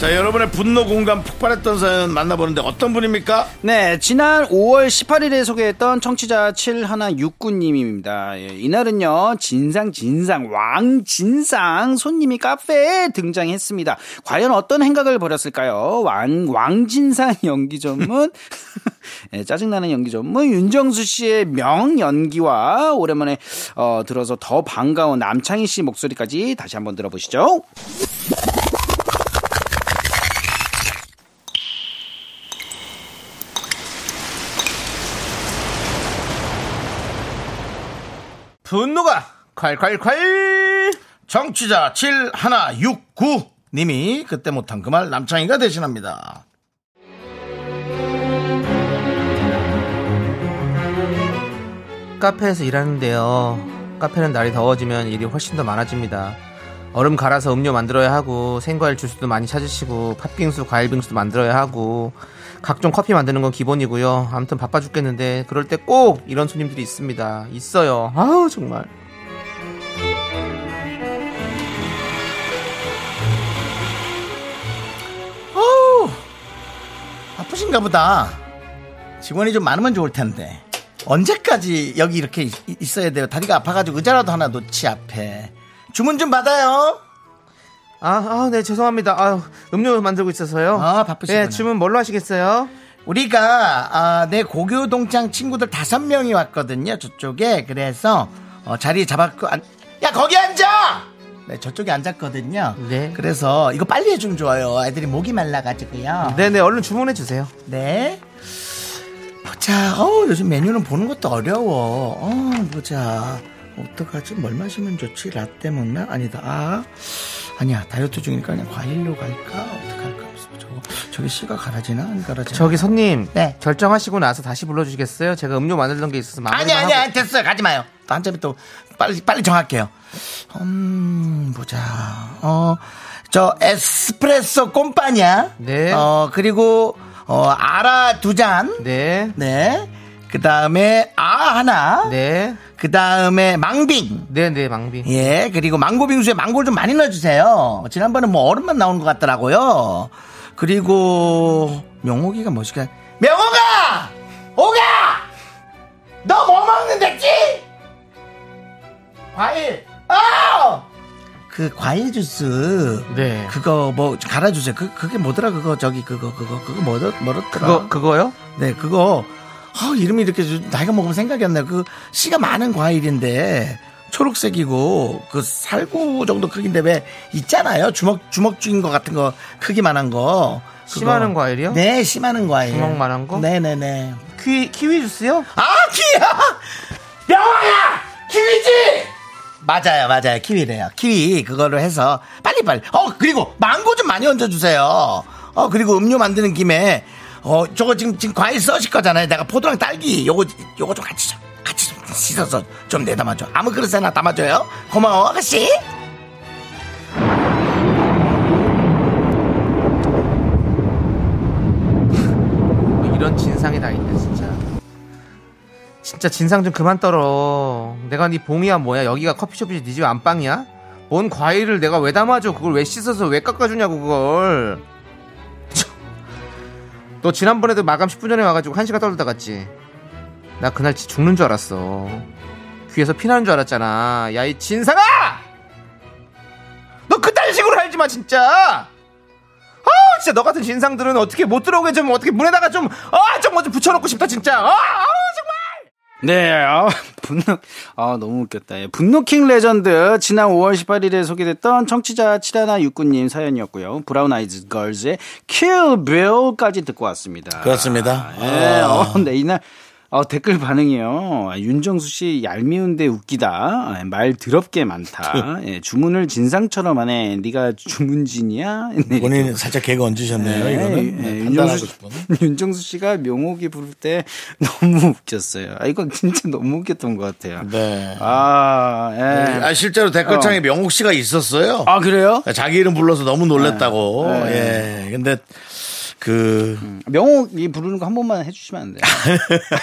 Speaker 1: 자, 여러분의 분노 공감 폭발했던 사연 만나보는데 어떤 분입니까?
Speaker 2: 네, 지난 5월 18일에 소개했던 청취자 7169님입니다. 예, 이날은요, 진상, 진상, 왕, 진상 손님이 카페에 등장했습니다. 과연 어떤 행각을 벌였을까요? 왕, 왕진상 연기 전문, 예, 짜증나는 연기 전문, 윤정수 씨의 명 연기와 오랜만에 어, 들어서 더 반가운 남창희 씨 목소리까지 다시 한번 들어보시죠.
Speaker 1: 분노가 콸콸콸 정취자 7169 님이 그때 못한 그 말 남창희가 대신합니다.
Speaker 3: 카페에서 일하는데요. 카페는 날이 더워지면 일이 훨씬 더 많아집니다. 얼음 갈아서 음료 만들어야 하고 생과일 주스도 많이 찾으시고 팥빙수, 과일빙수도 만들어야 하고 각종 커피 만드는 건 기본이고요. 아무튼 바빠 죽겠는데 그럴 때 꼭 이런 손님들이 있습니다. 있어요. 아우 정말.
Speaker 1: 어우, 바쁘신가 보다. 직원이 좀 많으면 좋을 텐데. 언제까지 여기 이렇게 있- 있어야 돼요? 다리가 아파가지고 의자라도 하나 놓지 앞에. 주문 좀 받아요.
Speaker 3: 아, 아, 네 죄송합니다. 아, 음료 만들고 있어서요.
Speaker 1: 아, 바쁘시구나.
Speaker 3: 네, 주문 뭘로 하시겠어요?
Speaker 1: 우리가 아, 내 고교 동창 친구들 다섯 명이 왔거든요. 저쪽에 그래서 어, 자리 잡았고 안- 야 거기 앉아. 네 저쪽에 앉았거든요.
Speaker 3: 네.
Speaker 1: 그래서 이거 빨리 해주면 좋아요. 애들이 목이 말라가지고요.
Speaker 3: 네, 네 얼른 주문해 주세요.
Speaker 1: 네. 보자. 어 요즘 메뉴는 보는 것도 어려워. 어 보자. 어떡하지? 뭘 마시면 좋지? 라떼 먹나? 아니다. 아, 아니야. 다이어트 중이니까 그냥 과일로 갈까? 어떡할까? 저거, 저기 씨가 가라지나? 안 가라지나?
Speaker 3: 저기 손님
Speaker 1: 네.
Speaker 3: 결정하시고 나서 다시 불러주시겠어요? 제가 음료 만들던 게 있어서 마무리
Speaker 1: 아니 아니 아니 됐어요 가지 마요 또 한 점이 또 빨리 빨리 정할게요 음 보자 어 저 에스프레소 꼼빠냐
Speaker 3: 네.
Speaker 1: 어 그리고 어 아라
Speaker 3: 네,
Speaker 1: 두잔네그 다음에 아 하나
Speaker 3: 네,
Speaker 1: 그 다음에 망빙
Speaker 3: 네, 네 망비.
Speaker 1: 예 그리고 망고 빙수에 망고를 좀 많이 넣어주세요 지난번에 뭐 얼음만 나온 것 같더라고요 그리고 명호기가 멋있게 명호가 오가 너 뭐 먹는댔지? 과일. 아! 그 과일 주스.
Speaker 3: 네.
Speaker 1: 그거 뭐 갈아주세요. 그 그게 뭐더라 그거 저기 그거 그거 그거 뭐더 뭐더라.
Speaker 3: 그거 그거요?
Speaker 1: 네 그거. 아 이름이 이렇게 좀- 나이가 먹으면 생각이 안 나요. 그 씨가 많은 과일인데 초록색이고 그 살구 정도 크기인데 왜 있잖아요 주먹 주먹 쥐인 것 같은 거 크기만한 거. 그거.
Speaker 3: 씨많은 과일이요?
Speaker 1: 네 씨많은 과일.
Speaker 3: 주먹만한 거?
Speaker 1: 네네네.
Speaker 3: 키, 키위 주스요?
Speaker 1: 아 키야 명화야 키위지 맞아요 맞아요 키위래요 키위 그거를 해서 빨리빨리 어 그리고 망고 좀 많이 얹어주세요 어 그리고 음료 만드는 김에 어, 저거 지금, 지금 과일 써실 거잖아요. 내가 포도랑 딸기, 요거, 요거 좀 같이 좀, 같이 좀 씻어서 좀 내담아줘. 아무 그릇 하나 담아줘요. 고마워, 아가씨.
Speaker 3: 뭐 이런 진상이 다 있네 진짜 진짜 진상 좀 그만 떨어 내가 네 봉이야 뭐야 여기가 커피숍이지 네 집 안방이야 뭔 과일을 내가 왜 담아줘 그걸 왜 씻어서 왜 깎아주냐고 그걸 참. 너 지난번에도 마감 10분 전에 와가지고 1시간 떨다 갔지 나 그날 진짜 죽는 줄 알았어 귀에서 피나는 줄 알았잖아 야 이 진상아 너 그딴 식으로 알지 마 진짜 아 진짜 너 같은 진상들은 어떻게 못 들어오게 좀 어떻게 문에다가 좀 아, 좀뭐 좀 붙여놓고 싶다 진짜 아, 아우 정말
Speaker 2: 네, 아, 분노, 아, 너무 웃겼다. 예, 분노킹 레전드. 지난 5월 18일에 소개됐던 청취자 7169님 사연이었고요. 브라운 아이즈 걸즈의 킬빌까지 듣고 왔습니다.
Speaker 1: 그렇습니다.
Speaker 2: 예, 어, 네, 이날. 어, 댓글 반응이요. 아, 윤정수 씨 얄미운데 웃기다. 아, 말 더럽게 많다. 예, 주문을 진상처럼 하네. 네가 주문진이야? 네,
Speaker 1: 본인 살짝 개그 얹으셨네요, 이거는.
Speaker 2: 예,
Speaker 1: 네,
Speaker 2: 예,
Speaker 1: 판단하고
Speaker 2: 윤정수,
Speaker 1: 싶은.
Speaker 2: 윤정수 씨가 명옥이 부를 때 너무 웃겼어요. 아, 이건 진짜 너무 웃겼던 것 같아요.
Speaker 1: 네.
Speaker 2: 아, 예.
Speaker 1: 아, 실제로 댓글창에 명옥 씨가 있었어요.
Speaker 2: 어. 아, 네. 그래요?
Speaker 1: 자기 이름 불러서 너무 놀랬다고. 예. 근데 그
Speaker 2: 명옥이 부르는 거 한 번만 해주시면 안 돼요?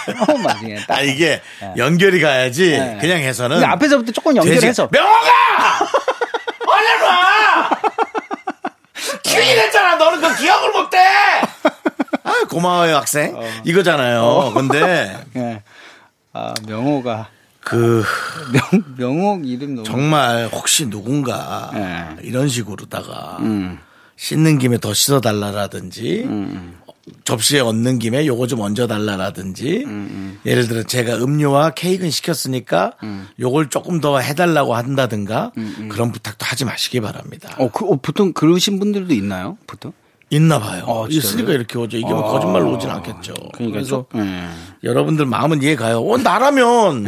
Speaker 2: 한 번만 그냥 딱.
Speaker 1: 아, 이게 연결이 가야지
Speaker 2: 네.
Speaker 1: 그냥 해서는
Speaker 2: 근데 앞에서부터 조금 연결해서.
Speaker 1: 돼지- 명옥아! 얼른 와! 키이 됐잖아. 너는 그 기억을 못해. 아, 고마워요, 학생.
Speaker 2: 어.
Speaker 1: 이거잖아요. 근데
Speaker 2: 예. 아, 명호가.
Speaker 1: 그
Speaker 2: 명, 명옥 이름 너무.
Speaker 1: 정말 혹시 누군가
Speaker 2: 네.
Speaker 1: 이런 식으로다가
Speaker 2: 음.
Speaker 1: 씻는 김에 더 씻어 달라라든지
Speaker 2: 음,
Speaker 1: 접시에 얹는 김에 요거 좀 얹어
Speaker 2: 음,
Speaker 1: 달라라든지 예를 들어 제가 음료와 케이크는 시켰으니까
Speaker 2: 음.
Speaker 1: 요걸 조금 더 해달라고 한다든가 그런 부탁도 하지 마시기 바랍니다.
Speaker 2: 어, 그, 어, 보통 그러신 분들도 있나요? 보통?
Speaker 1: 있나 봐요.
Speaker 2: 어, 진짜요? 아,
Speaker 1: 있으니까 이렇게 오죠. 이게 뭐 거짓말로 오진 않겠죠.
Speaker 2: 그러니까
Speaker 1: 그래서
Speaker 2: 좀- 음.
Speaker 1: 여러분들 마음은 이해 가요. 어, 나라면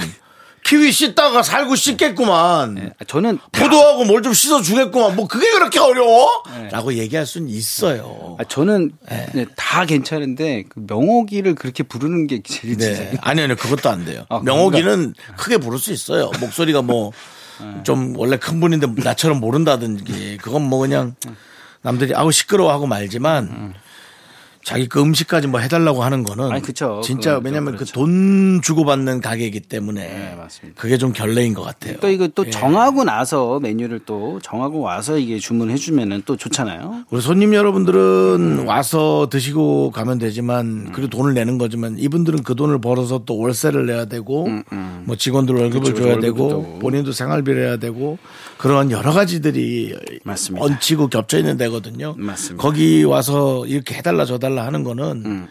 Speaker 1: 키위 씻다가 살고 씻겠구만.
Speaker 2: 아, 저는 다-
Speaker 1: 포도하고 뭘 좀 씻어주겠구만. 뭐 그게 그렇게 어려워? 라고 얘기할 수는 있어요.
Speaker 2: 네. 아, 저는
Speaker 1: 예.
Speaker 2: 네, 다 괜찮은데 그 명옥이를 그렇게 부르는 게 제일 진짜.
Speaker 1: 네. 아니요, 아니요. 그것도 안 돼요.
Speaker 2: 아, 그런가?
Speaker 1: 명옥이는 크게 부를 수 있어요. 목소리가 뭐
Speaker 2: 네.
Speaker 1: 좀 원래 큰 분인데 나처럼 모른다든지 그건 뭐 그냥 남들이 아우 시끄러워하고 말지만 자기 그 음식까지 뭐 해달라고 하는 거는
Speaker 2: 음. 아니, 그쵸.
Speaker 1: 진짜
Speaker 2: 그건 좀 그렇죠. 네,
Speaker 1: 왜냐면 그 돈 주고 받는 가게이기 때문에
Speaker 2: 맞습니다.
Speaker 1: 그게 좀 결례인 것 같아요.
Speaker 2: 또 그러니까 이거 또 정하고 나서 메뉴를 또 정하고 와서 이게 주문해 주면은 또 좋잖아요.
Speaker 1: 우리 손님 여러분들은 와서 드시고 가면 되지만 그리고 돈을 내는 거지만 이분들은 그 돈을 벌어서 또 월세를 내야 되고
Speaker 2: 음,
Speaker 1: 뭐 직원들 월급을 줘야 되고 본인도 생활비를 해야 되고 그런 여러 가지들이
Speaker 2: 맞습니다.
Speaker 1: 얹히고 겹쳐 있는 데거든요.
Speaker 2: 맞습니다. 음,
Speaker 1: 거기 와서 이렇게 해달라 저달라 하는 거는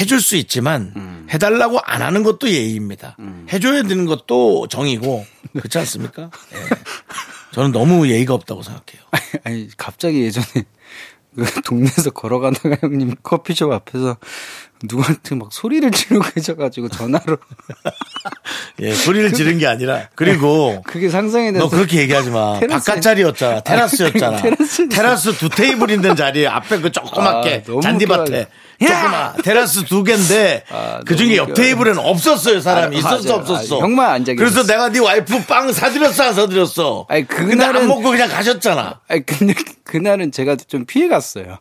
Speaker 1: 해줄 수 있지만 해달라고 안 하는 것도 예의입니다.
Speaker 2: 음.
Speaker 1: 해줘야 되는 것도 정이고 그렇지 않습니까? 예. 저는 너무 예의가 없다고 생각해요.
Speaker 2: 아니 갑자기 예전에 그 동네에서 걸어가다가 형님 커피숍 앞에서 누구한테 막 소리를 지르고 계셔가지고 전화로
Speaker 1: 예, 소리를 지른 게 아니라 그리고
Speaker 2: 그게 상상이 돼서
Speaker 1: 너 그렇게 얘기하지 마.
Speaker 2: 테라스-
Speaker 1: 바깥 자리였잖아. 테라스였잖아.
Speaker 2: 아, 테라스-
Speaker 1: 테라스 두 테이블 있는 자리에 앞에 그 조그맣게
Speaker 2: 아, 너무
Speaker 1: 잔디밭에
Speaker 2: 웃겨가지고.
Speaker 1: 조그마 테라스 두 개인데
Speaker 2: 아,
Speaker 1: 그 중에
Speaker 2: 너무
Speaker 1: 옆
Speaker 2: 웃겨가지고.
Speaker 1: 테이블에는 없었어요 사람이
Speaker 2: 아,
Speaker 1: 있었어
Speaker 2: 맞아요.
Speaker 1: 없었어.
Speaker 2: 아, 형만 앉아
Speaker 1: 그래서
Speaker 2: 계셨어.
Speaker 1: 내가 네 와이프 빵 사드렸어 안 사드렸어.
Speaker 2: 아니,
Speaker 1: 근데 안
Speaker 2: 그날은-
Speaker 1: 먹고 그냥 가셨잖아.
Speaker 2: 아니 근데 그날은 제가 좀 피해갔어요.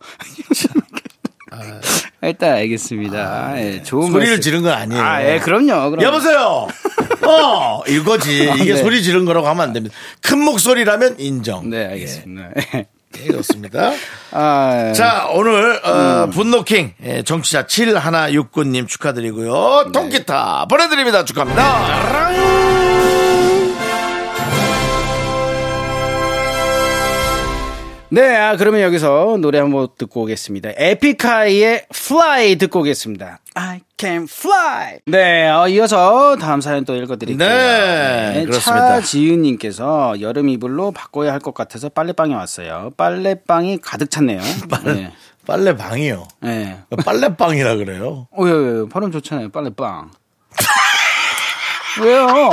Speaker 2: 일단 알겠습니다. 예, 좋은
Speaker 1: 아. 네. 소리를
Speaker 2: 말씀.
Speaker 1: 지른 건 아니에요.
Speaker 2: 아, 예, 그럼요. 그럼.
Speaker 1: 여보세요. 어 이거지
Speaker 2: 아,
Speaker 1: 이게
Speaker 2: 네.
Speaker 1: 소리 지른 거라고 하면 안 됩니다. 큰 목소리라면 인정.
Speaker 2: 네, 알겠습니다.
Speaker 1: 예, 그렇습니다.
Speaker 2: 아,
Speaker 1: 자, 오늘 어, 분노킹 예, 정치자 7169님
Speaker 2: 네.
Speaker 1: 축하드리고요. 통기타 보내드립니다. 축하합니다.
Speaker 2: 네, 아, 그러면 여기서 노래 한 번 듣고 오겠습니다. 에픽하이의 Fly 듣고 오겠습니다. I can fly. 네, 어, 이어서 다음 사연 또 읽어드릴게요.
Speaker 1: 네, 그렇습니다.
Speaker 2: 차지은님께서 여름 이불로 바꿔야 할 것 같아서 빨래방에 왔어요. 빨래방이 가득 찼네요. 네.
Speaker 1: 빨래 방이요.
Speaker 2: 네.
Speaker 1: 빨래 방이라 그래요.
Speaker 2: 어, 예, 예, 발음 좋잖아요. 빨래빵. 왜요?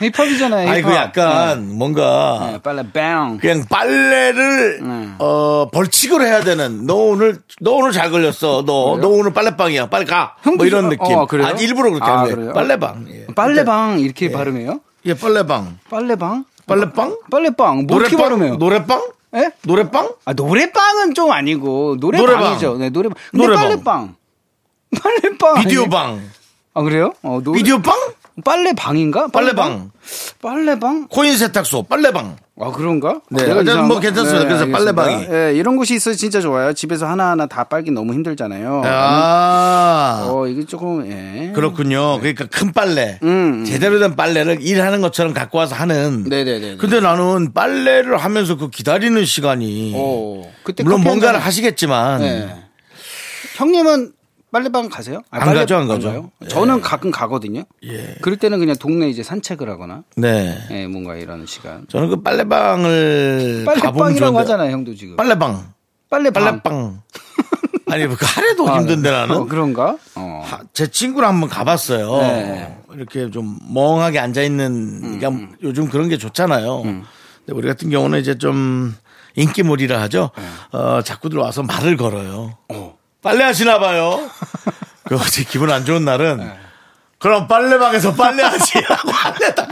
Speaker 2: 힙합이잖아요. 힙합.
Speaker 1: 아니 그 약간 뭔가
Speaker 2: 네, 빨리 빵.
Speaker 1: 그냥 빨래를
Speaker 2: 네.
Speaker 1: 어 벌칙으로 해야 되는 너 오늘 너 오늘 잘 걸렸어 너 너 오늘 빨래방이야 빨리 가
Speaker 2: 형도
Speaker 1: 뭐 이런
Speaker 2: 저-
Speaker 1: 느낌
Speaker 2: 어, 그래요?
Speaker 1: 아니 일부러 그렇게
Speaker 2: 아,
Speaker 1: 하는 거예요
Speaker 2: 그래요? 어,
Speaker 1: 빨래방 예.
Speaker 2: 빨래방 이렇게 발음해요?
Speaker 1: 예 빨래방
Speaker 2: 빨래방?
Speaker 1: 빨래방
Speaker 2: 빨래방. 뭐 이렇게 발음해요?
Speaker 1: 노래방 노래방
Speaker 2: 예?
Speaker 1: 노래방
Speaker 2: 아, 노래방은 좀 아니고 노래방이죠. 네, 노래방. 근데
Speaker 1: 노래방.
Speaker 2: 빨래방. 빨래방. 아니-
Speaker 1: 비디오방
Speaker 2: 아, 그래요? 어, 노래...
Speaker 1: 비디오방
Speaker 2: 빨래방인가?
Speaker 1: 빨래방
Speaker 2: 빨래방?
Speaker 1: 코인 세탁소 빨래방
Speaker 2: 아 그런가?
Speaker 1: 네,
Speaker 2: 내가
Speaker 1: 하여튼
Speaker 2: 이상한
Speaker 1: 뭐
Speaker 2: 거-
Speaker 1: 괜찮습니다. 그래서
Speaker 2: 알겠습니다.
Speaker 1: 빨래방이.
Speaker 2: 예, 이런 곳이 있어서 진짜 좋아요. 집에서 하나하나 다 빨기 너무 힘들잖아요.
Speaker 1: 아
Speaker 2: 어, 이게 조금 예.
Speaker 1: 그렇군요. 그러니까 큰 빨래,
Speaker 2: 음, 음.
Speaker 1: 제대로 된 빨래를 일하는 것처럼 갖고 와서 하는.
Speaker 2: 네네네.
Speaker 1: 근데 나는 빨래를 하면서 그 기다리는 시간이
Speaker 2: 어, 그때
Speaker 1: 물론
Speaker 2: 커피 한
Speaker 1: 뭔가를
Speaker 2: 잔-
Speaker 1: 하시겠지만
Speaker 2: 예. 형님은 빨래방 가세요?
Speaker 1: 네.
Speaker 2: 아,
Speaker 1: 안 가죠, 안 가죠.
Speaker 2: 가요? 저는 가끔 가거든요.
Speaker 1: 예.
Speaker 2: 그럴 때는 그냥 동네 이제 산책을 하거나
Speaker 1: 네.
Speaker 2: 예, 뭔가 이런 시간.
Speaker 1: 저는 그 빨래방을 예, 가보면
Speaker 2: 빨래방이라고
Speaker 1: 좋은데.
Speaker 2: 하잖아요, 형도 지금.
Speaker 1: 빨래방,
Speaker 2: 빨래방.
Speaker 1: 빨래방. 아니 그 하래도
Speaker 2: 아,
Speaker 1: 힘든데
Speaker 2: 네.
Speaker 1: 나는.
Speaker 2: 어, 그런가? 어.
Speaker 1: 하- 제 친구랑 한번 가봤어요.
Speaker 2: 네. 음,
Speaker 1: 이렇게 좀 멍하게 앉아 있는 그러니까 요즘 그런 게 좋잖아요. 근데 우리 같은 경우는 이제 좀 인기몰이라 하죠.
Speaker 2: 네.
Speaker 1: 어, 자꾸들 와서 말을 걸어요. 빨래 하시나 봐요. 그 어제 기분 안 좋은 날은
Speaker 2: 네.
Speaker 1: 그럼 빨래방에서 빨래 하시라고 빨래다가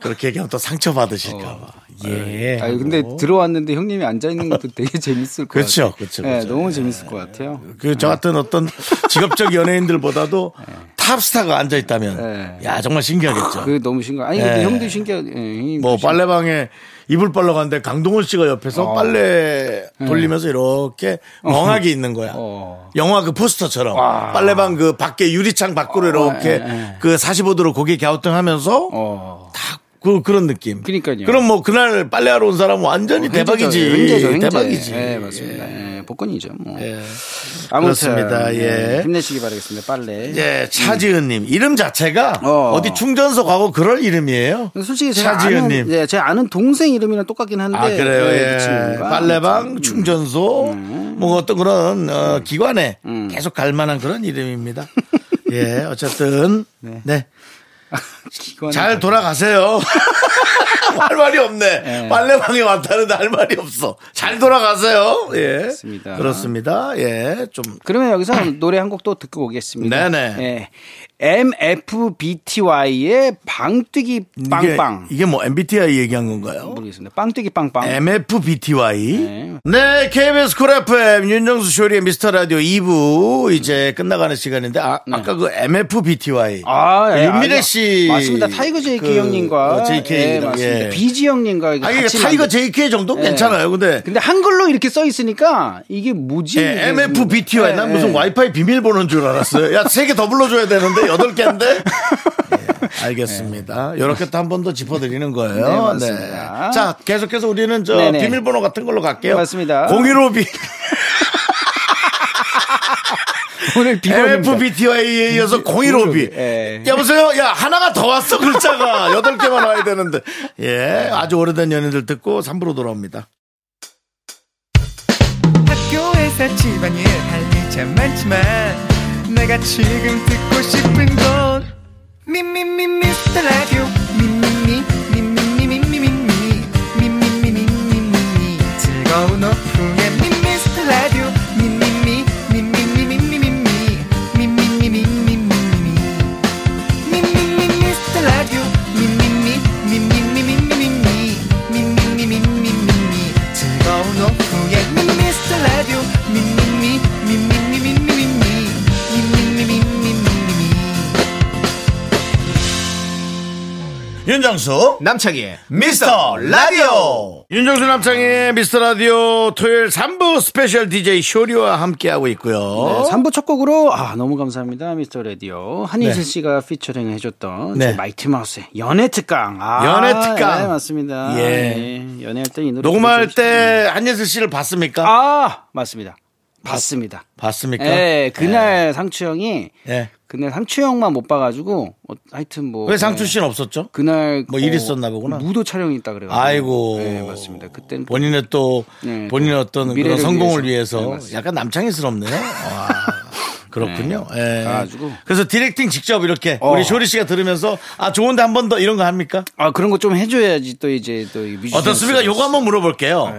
Speaker 1: 그렇게 얘기하면 또 상처 받으실까 봐. 예.
Speaker 2: 어. 아 근데
Speaker 1: 하고.
Speaker 2: 들어왔는데 형님이 앉아 있는 것도 되게 재밌을 것
Speaker 1: 그렇죠, 그쵸,
Speaker 2: 같아요.
Speaker 1: 그쵸,
Speaker 2: 예,
Speaker 1: 그쵸.
Speaker 2: 너무 재밌을 것 같아요.
Speaker 1: 그 저 같은 어떤 직업적 연예인들보다도 탑스타가 앉아 있다면
Speaker 2: 네.
Speaker 1: 야 정말 신기하겠죠.
Speaker 2: 그 너무 신기해. 아니
Speaker 1: 예.
Speaker 2: 근데 형도 신기해. 예, 형님도
Speaker 1: 뭐
Speaker 2: 신기해.
Speaker 1: 빨래방에 이불 빨러 갔는데 강동원 씨가
Speaker 2: 어.
Speaker 1: 옆에서 빨래 돌리면서 이렇게 멍하게 있는 거야.
Speaker 2: 네. 어.
Speaker 1: 영화 그 포스터처럼 빨래방 그 밖에 유리창 밖으로 이렇게 그 45도로 고개 갸우뚱하면서
Speaker 2: 예, 어.
Speaker 1: 그 그런 느낌.
Speaker 2: 그러니까요. 어,
Speaker 1: 그럼 뭐 그날 빨래하러 온 사람은 완전히 대박이지.
Speaker 2: 현재죠, 현재.
Speaker 1: 대박이지.
Speaker 2: 예, 맞습니다. 예, 복권이죠. 뭐.
Speaker 1: 예.
Speaker 2: 아무튼
Speaker 1: 그렇습니다. 예.
Speaker 2: 힘내시기 바라겠습니다. 빨래.
Speaker 1: 예, 차지은님 이름 자체가
Speaker 2: 어.
Speaker 1: 어. 디 충전소 가고 그럴 이름이에요.
Speaker 2: 솔직히 제가 아는,
Speaker 1: 차지은님.
Speaker 2: 예, 제가 아는 동생 이름이랑 똑같긴 한데.
Speaker 1: 아 그래요.
Speaker 2: 예,
Speaker 1: 예.
Speaker 2: 그 친구가. 음,
Speaker 1: 빨래방, 충전소, 뭐 어떤 그런 어, 기관에
Speaker 2: 음.
Speaker 1: 계속 갈만한 그런 이름입니다. 예, 어쨌든 네.
Speaker 2: 기관에
Speaker 1: 잘 돌아가세요. 할 말이 없네.
Speaker 2: 예.
Speaker 1: 빨래방에 왔다는데 할 말이 없어. 잘 돌아가세요. 예,
Speaker 2: 그렇습니다.
Speaker 1: 그렇습니다. 예, 좀
Speaker 2: 그러면 여기서 노래 한 곡 또 듣고 오겠습니다.
Speaker 1: 네네.
Speaker 2: 예. MFBTY의 방뜨기
Speaker 1: 이게,
Speaker 2: 빵빵. 뭐
Speaker 1: 이게 뭐 MBTI 얘기한 건가요?
Speaker 2: 모르겠습니다. 빵뜨기 빵빵.
Speaker 1: MFBTY.
Speaker 2: 네.
Speaker 1: 네. KBS 쿨 FM 윤정수 쇼리의 미스터 라디오 2부 이제 끝나가는 시간인데 아, 까그 MFBTY.
Speaker 2: 네. 아, 예,
Speaker 1: 윤미래
Speaker 2: 알죠.
Speaker 1: 씨.
Speaker 2: 맞습니다. 타이거 JK
Speaker 1: 그,
Speaker 2: 형님과
Speaker 1: 어, JK.
Speaker 2: 예, 맞습니다. 비지 형님과
Speaker 1: 아, 이게
Speaker 2: 같이
Speaker 1: 타이거
Speaker 2: 만든-
Speaker 1: JK 정도
Speaker 2: 예.
Speaker 1: 괜찮아요. 근데
Speaker 2: 근데 한글로 이렇게 써 있으니까 이게 뭐지?
Speaker 1: 예,
Speaker 2: 예,
Speaker 1: MFBTY. 난 무슨 와이파이 비밀번호인 줄 알았어요. 야, 세 개 더 불러줘야 되는데, 여덟 개인데? 예, 알겠습니다. 이렇게 또 한 번 더 짚어드리는 거예요.
Speaker 2: 네, 맞습니다.
Speaker 1: 자, 계속해서 우리는 저
Speaker 2: 네네.
Speaker 1: 비밀번호 같은 걸로 갈게요.
Speaker 2: 맞습니다.
Speaker 1: 015비. 예.
Speaker 2: 오늘 비번입니다.
Speaker 1: MFBTY에 이어서 015B.
Speaker 2: 예.
Speaker 1: 여보세요? 야, 하나가 더 왔어, 글자가. 여덟 개만 와야 되는데. 예, 아주 오래된 연인들 듣고 3부로 돌아옵니다.
Speaker 5: 학교에서 집안일 할 일 참 많지만 내가 지금 듣고 싶은 건 미미미 미스터 라디오 미미미 미미미 미미미 미미미 미미미 즐거운 오후에 미스터 라디오 미미미 미미미 미미미 미미미 미미미
Speaker 1: 윤정수.
Speaker 3: 남창희의
Speaker 1: 미스터 라디오 윤정수 남창의 미스터 라디오 토요일 3부 스페셜 DJ 쇼리와 함께하고 있고요.
Speaker 2: 네, 3부 첫 곡으로 아 너무 감사합니다 미스터 라디오 한희슬
Speaker 1: 네.
Speaker 2: 씨가 피처링 해줬던
Speaker 1: 네.
Speaker 2: 저희 마이티 마우스의 연애 특강 아,
Speaker 1: 연애 특강.
Speaker 2: 네, 맞습니다
Speaker 1: 예.
Speaker 2: 예, 연애할 때 이 노래
Speaker 1: 녹음할
Speaker 2: 들으면 좋죠.
Speaker 1: 때 한예슬 씨를 봤습니까?
Speaker 2: 아 맞습니다 봤습니다
Speaker 1: 봤습니까?
Speaker 2: 예 그날 상추 형이
Speaker 1: 그러니까? 예.
Speaker 2: 그날 상추 형만 못 봐가지고 어, 하여튼 뭐
Speaker 1: 왜 상추
Speaker 2: 예,
Speaker 1: 씨는 없었죠?
Speaker 2: 그날
Speaker 1: 뭐일 있었나 보구나.
Speaker 2: 무도 촬영이 있다 그래가지고
Speaker 1: 아이고.
Speaker 2: 예, 맞습니다 그때는
Speaker 1: 본인의 또
Speaker 2: 네,
Speaker 1: 본인의 어떤
Speaker 2: 미래를
Speaker 1: 그런 성공을
Speaker 2: 위해서.
Speaker 1: 위해서,
Speaker 2: 네, 맞습니다.
Speaker 1: 약간 남창희스럽네요. 와. 그렇군요. 예.
Speaker 2: 가가지고.
Speaker 1: 그래서 디렉팅 직접 이렇게
Speaker 2: 어.
Speaker 1: 우리 쇼리 씨가 들으면서 아 좋은데 한 번 더 이런 거 합니까?
Speaker 2: 아 그런 거 좀 해줘야지 또 이제 또 이 뮤지션
Speaker 1: 어떻습니까? 요거 한번 물어볼게요.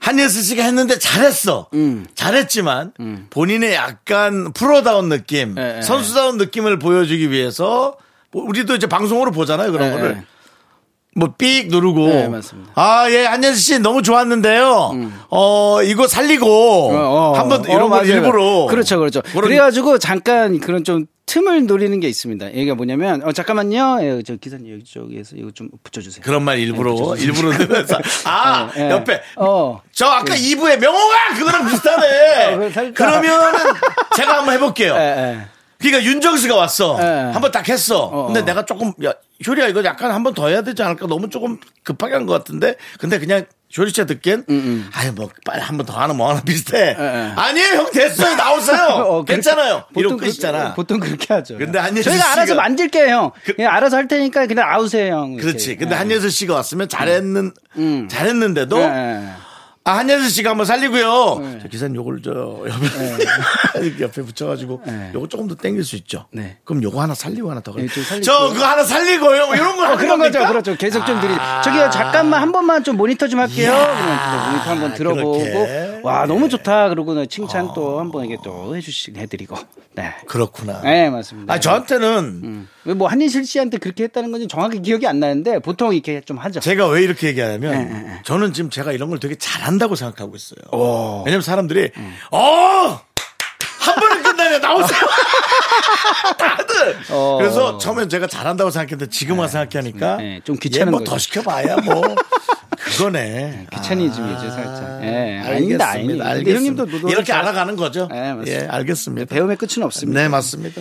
Speaker 1: 한예슬 씨가 했는데 잘했어.
Speaker 2: 음.
Speaker 1: 잘했지만 본인의 약간 프로다운 느낌,
Speaker 2: 예, 예.
Speaker 1: 선수다운 느낌을 보여주기 위해서 뭐 우리도 이제 방송으로 보잖아요. 그런
Speaker 2: 예,
Speaker 1: 거를.
Speaker 2: 예.
Speaker 1: 뭐 삑 누르고
Speaker 2: 네, 맞습니다. 음.
Speaker 1: 아 예 한예슬 씨 너무 좋았는데요 어 이거 살리고
Speaker 2: 어, 어,
Speaker 1: 한번
Speaker 2: 어,
Speaker 1: 이런 거
Speaker 2: 맞아요.
Speaker 1: 일부러
Speaker 2: 그렇죠, 그렇죠.
Speaker 1: 그런-
Speaker 2: 그래가지고 잠깐 그런 좀 틈을 노리는 게 있습니다. 얘기가 뭐냐면 어 잠깐만요. 예, 저 기사님 여기 저기에서 이거 좀 붙여주세요.
Speaker 1: 그런 말 일부러 일부러 넣으면서 아
Speaker 2: 그렇죠. 예.
Speaker 1: 옆에
Speaker 2: 어.
Speaker 1: 저 아까 2부에 명호가 그거랑 비슷하네.
Speaker 2: 어, 왜 살까?
Speaker 1: 그러면은 제가 한번 해볼게요.
Speaker 2: 예, 예.
Speaker 1: 그러니까 윤정수가 왔어.
Speaker 2: 예.
Speaker 1: 한번 딱 했어.
Speaker 2: 어,
Speaker 1: 근데
Speaker 2: 어.
Speaker 1: 내가 조금 야 효리야 이거 약간 한번 더 해야 되지 않을까? 너무 조금 급하게 한 것 같은데. 근데 그냥 효리 씨가 듣기엔 아유 뭐 빨리 한번 더 하나 뭐 하나 비슷해.
Speaker 2: 음, 예.
Speaker 1: 아니에요 형 됐어요 나오세요.
Speaker 2: 어, 그렇게-
Speaker 1: 괜찮아요. 이런
Speaker 2: 그렇게-
Speaker 1: 끝이잖아.
Speaker 2: 보통 그렇게 하죠.
Speaker 1: 근데 한예슬
Speaker 2: 저희가 알아서
Speaker 1: 씨가-
Speaker 2: 만들게요, 형.
Speaker 1: 그-
Speaker 2: 그냥 알아서 할 테니까 그냥 아우세요, 형. 이렇게.
Speaker 1: 그렇지. 근데 한예슬 씨가 왔으면 잘했는 잘했는데도
Speaker 2: 예, 예.
Speaker 1: 아, 한예슬 씨가 한번 살리고요.
Speaker 2: 네.
Speaker 1: 저 기사님 요걸 저 옆에, 옆에 붙여가지고 요거 조금 더 땡길 수 있죠.
Speaker 2: 네.
Speaker 1: 그럼 요거 하나 살리고 하나 더. 그래.
Speaker 2: 네, 좀 살리고.
Speaker 1: 저 그거 하나 살리고요. 뭐 이런 거 하는
Speaker 2: 그런 거죠,
Speaker 1: 겁니까? 아.
Speaker 2: 그렇죠. 계속 좀 드리. 저기요, 잠깐만 한 번만 좀 모니터 좀 할게요. 그러면 또 모니터 한 번 들어보고,
Speaker 1: 그렇게. 어.
Speaker 2: 와 너무 좋다. 그러고는 칭찬 또 한 번 이게 또 해주시 해드리고, 네,
Speaker 1: 그렇구나.
Speaker 2: 네 맞습니다.
Speaker 1: 아, 저한테는
Speaker 2: 왜 뭐 한인실 씨한테 그렇게 했다는 건지 정확히 기억이 안 나는데 보통 이렇게 좀 하죠.
Speaker 1: 제가 왜 이렇게
Speaker 2: 예,
Speaker 1: 얘기하냐면 저는 지금 제가 이런 걸 되게 잘한다고 생각하고 있어요. 왜냐면 사람들이
Speaker 2: 음.
Speaker 1: 어! 한 번에 끝나냐 나오세요. 다들.
Speaker 2: 어.
Speaker 1: 그래서 처음엔 제가 잘한다고 생각했는데 지금 와서 생각하니까
Speaker 2: 네, 좀 귀찮은
Speaker 1: 뭐더
Speaker 2: 거죠. 아,
Speaker 1: 시켜봐야 뭐 그거네.
Speaker 2: 귀차니즘이죠, 살짝. 예,
Speaker 1: 아,
Speaker 2: 아닙니다, 아닙니다. 근데
Speaker 1: 알겠습니다.
Speaker 2: 형님도 노동
Speaker 1: 이렇게
Speaker 2: 잘-
Speaker 1: 알아가는 거죠.
Speaker 2: 네, 맞습니다.
Speaker 1: 예, 알겠습니다.
Speaker 2: 배움의 끝은 없습니다. 음.
Speaker 1: 네, 맞습니다.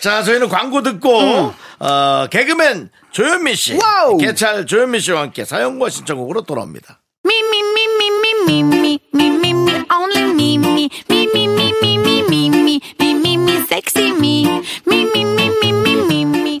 Speaker 1: 자, 저희는 광고 듣고, 어, 개그맨 조현민 씨,
Speaker 2: 와우!
Speaker 1: 개찰 조현민 씨와 함께 사연과 신청곡으로 돌아옵니다.
Speaker 4: Me, me, me, me, me, me, me, me, me, me, only me, me, me, me, me, me, me, me, me, me, me, me, sexy me, me, me, me, me, me, me, me.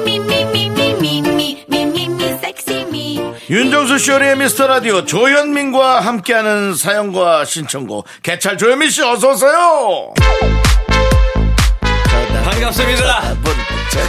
Speaker 4: me, me, me, me, me, me, me, me, me, sexy me.
Speaker 1: 윤정수 쇼리의 미스터라디오 조현민과 함께하는 사연과 신청곡 개찰 조현민씨 어서오세요
Speaker 6: 반갑습니다.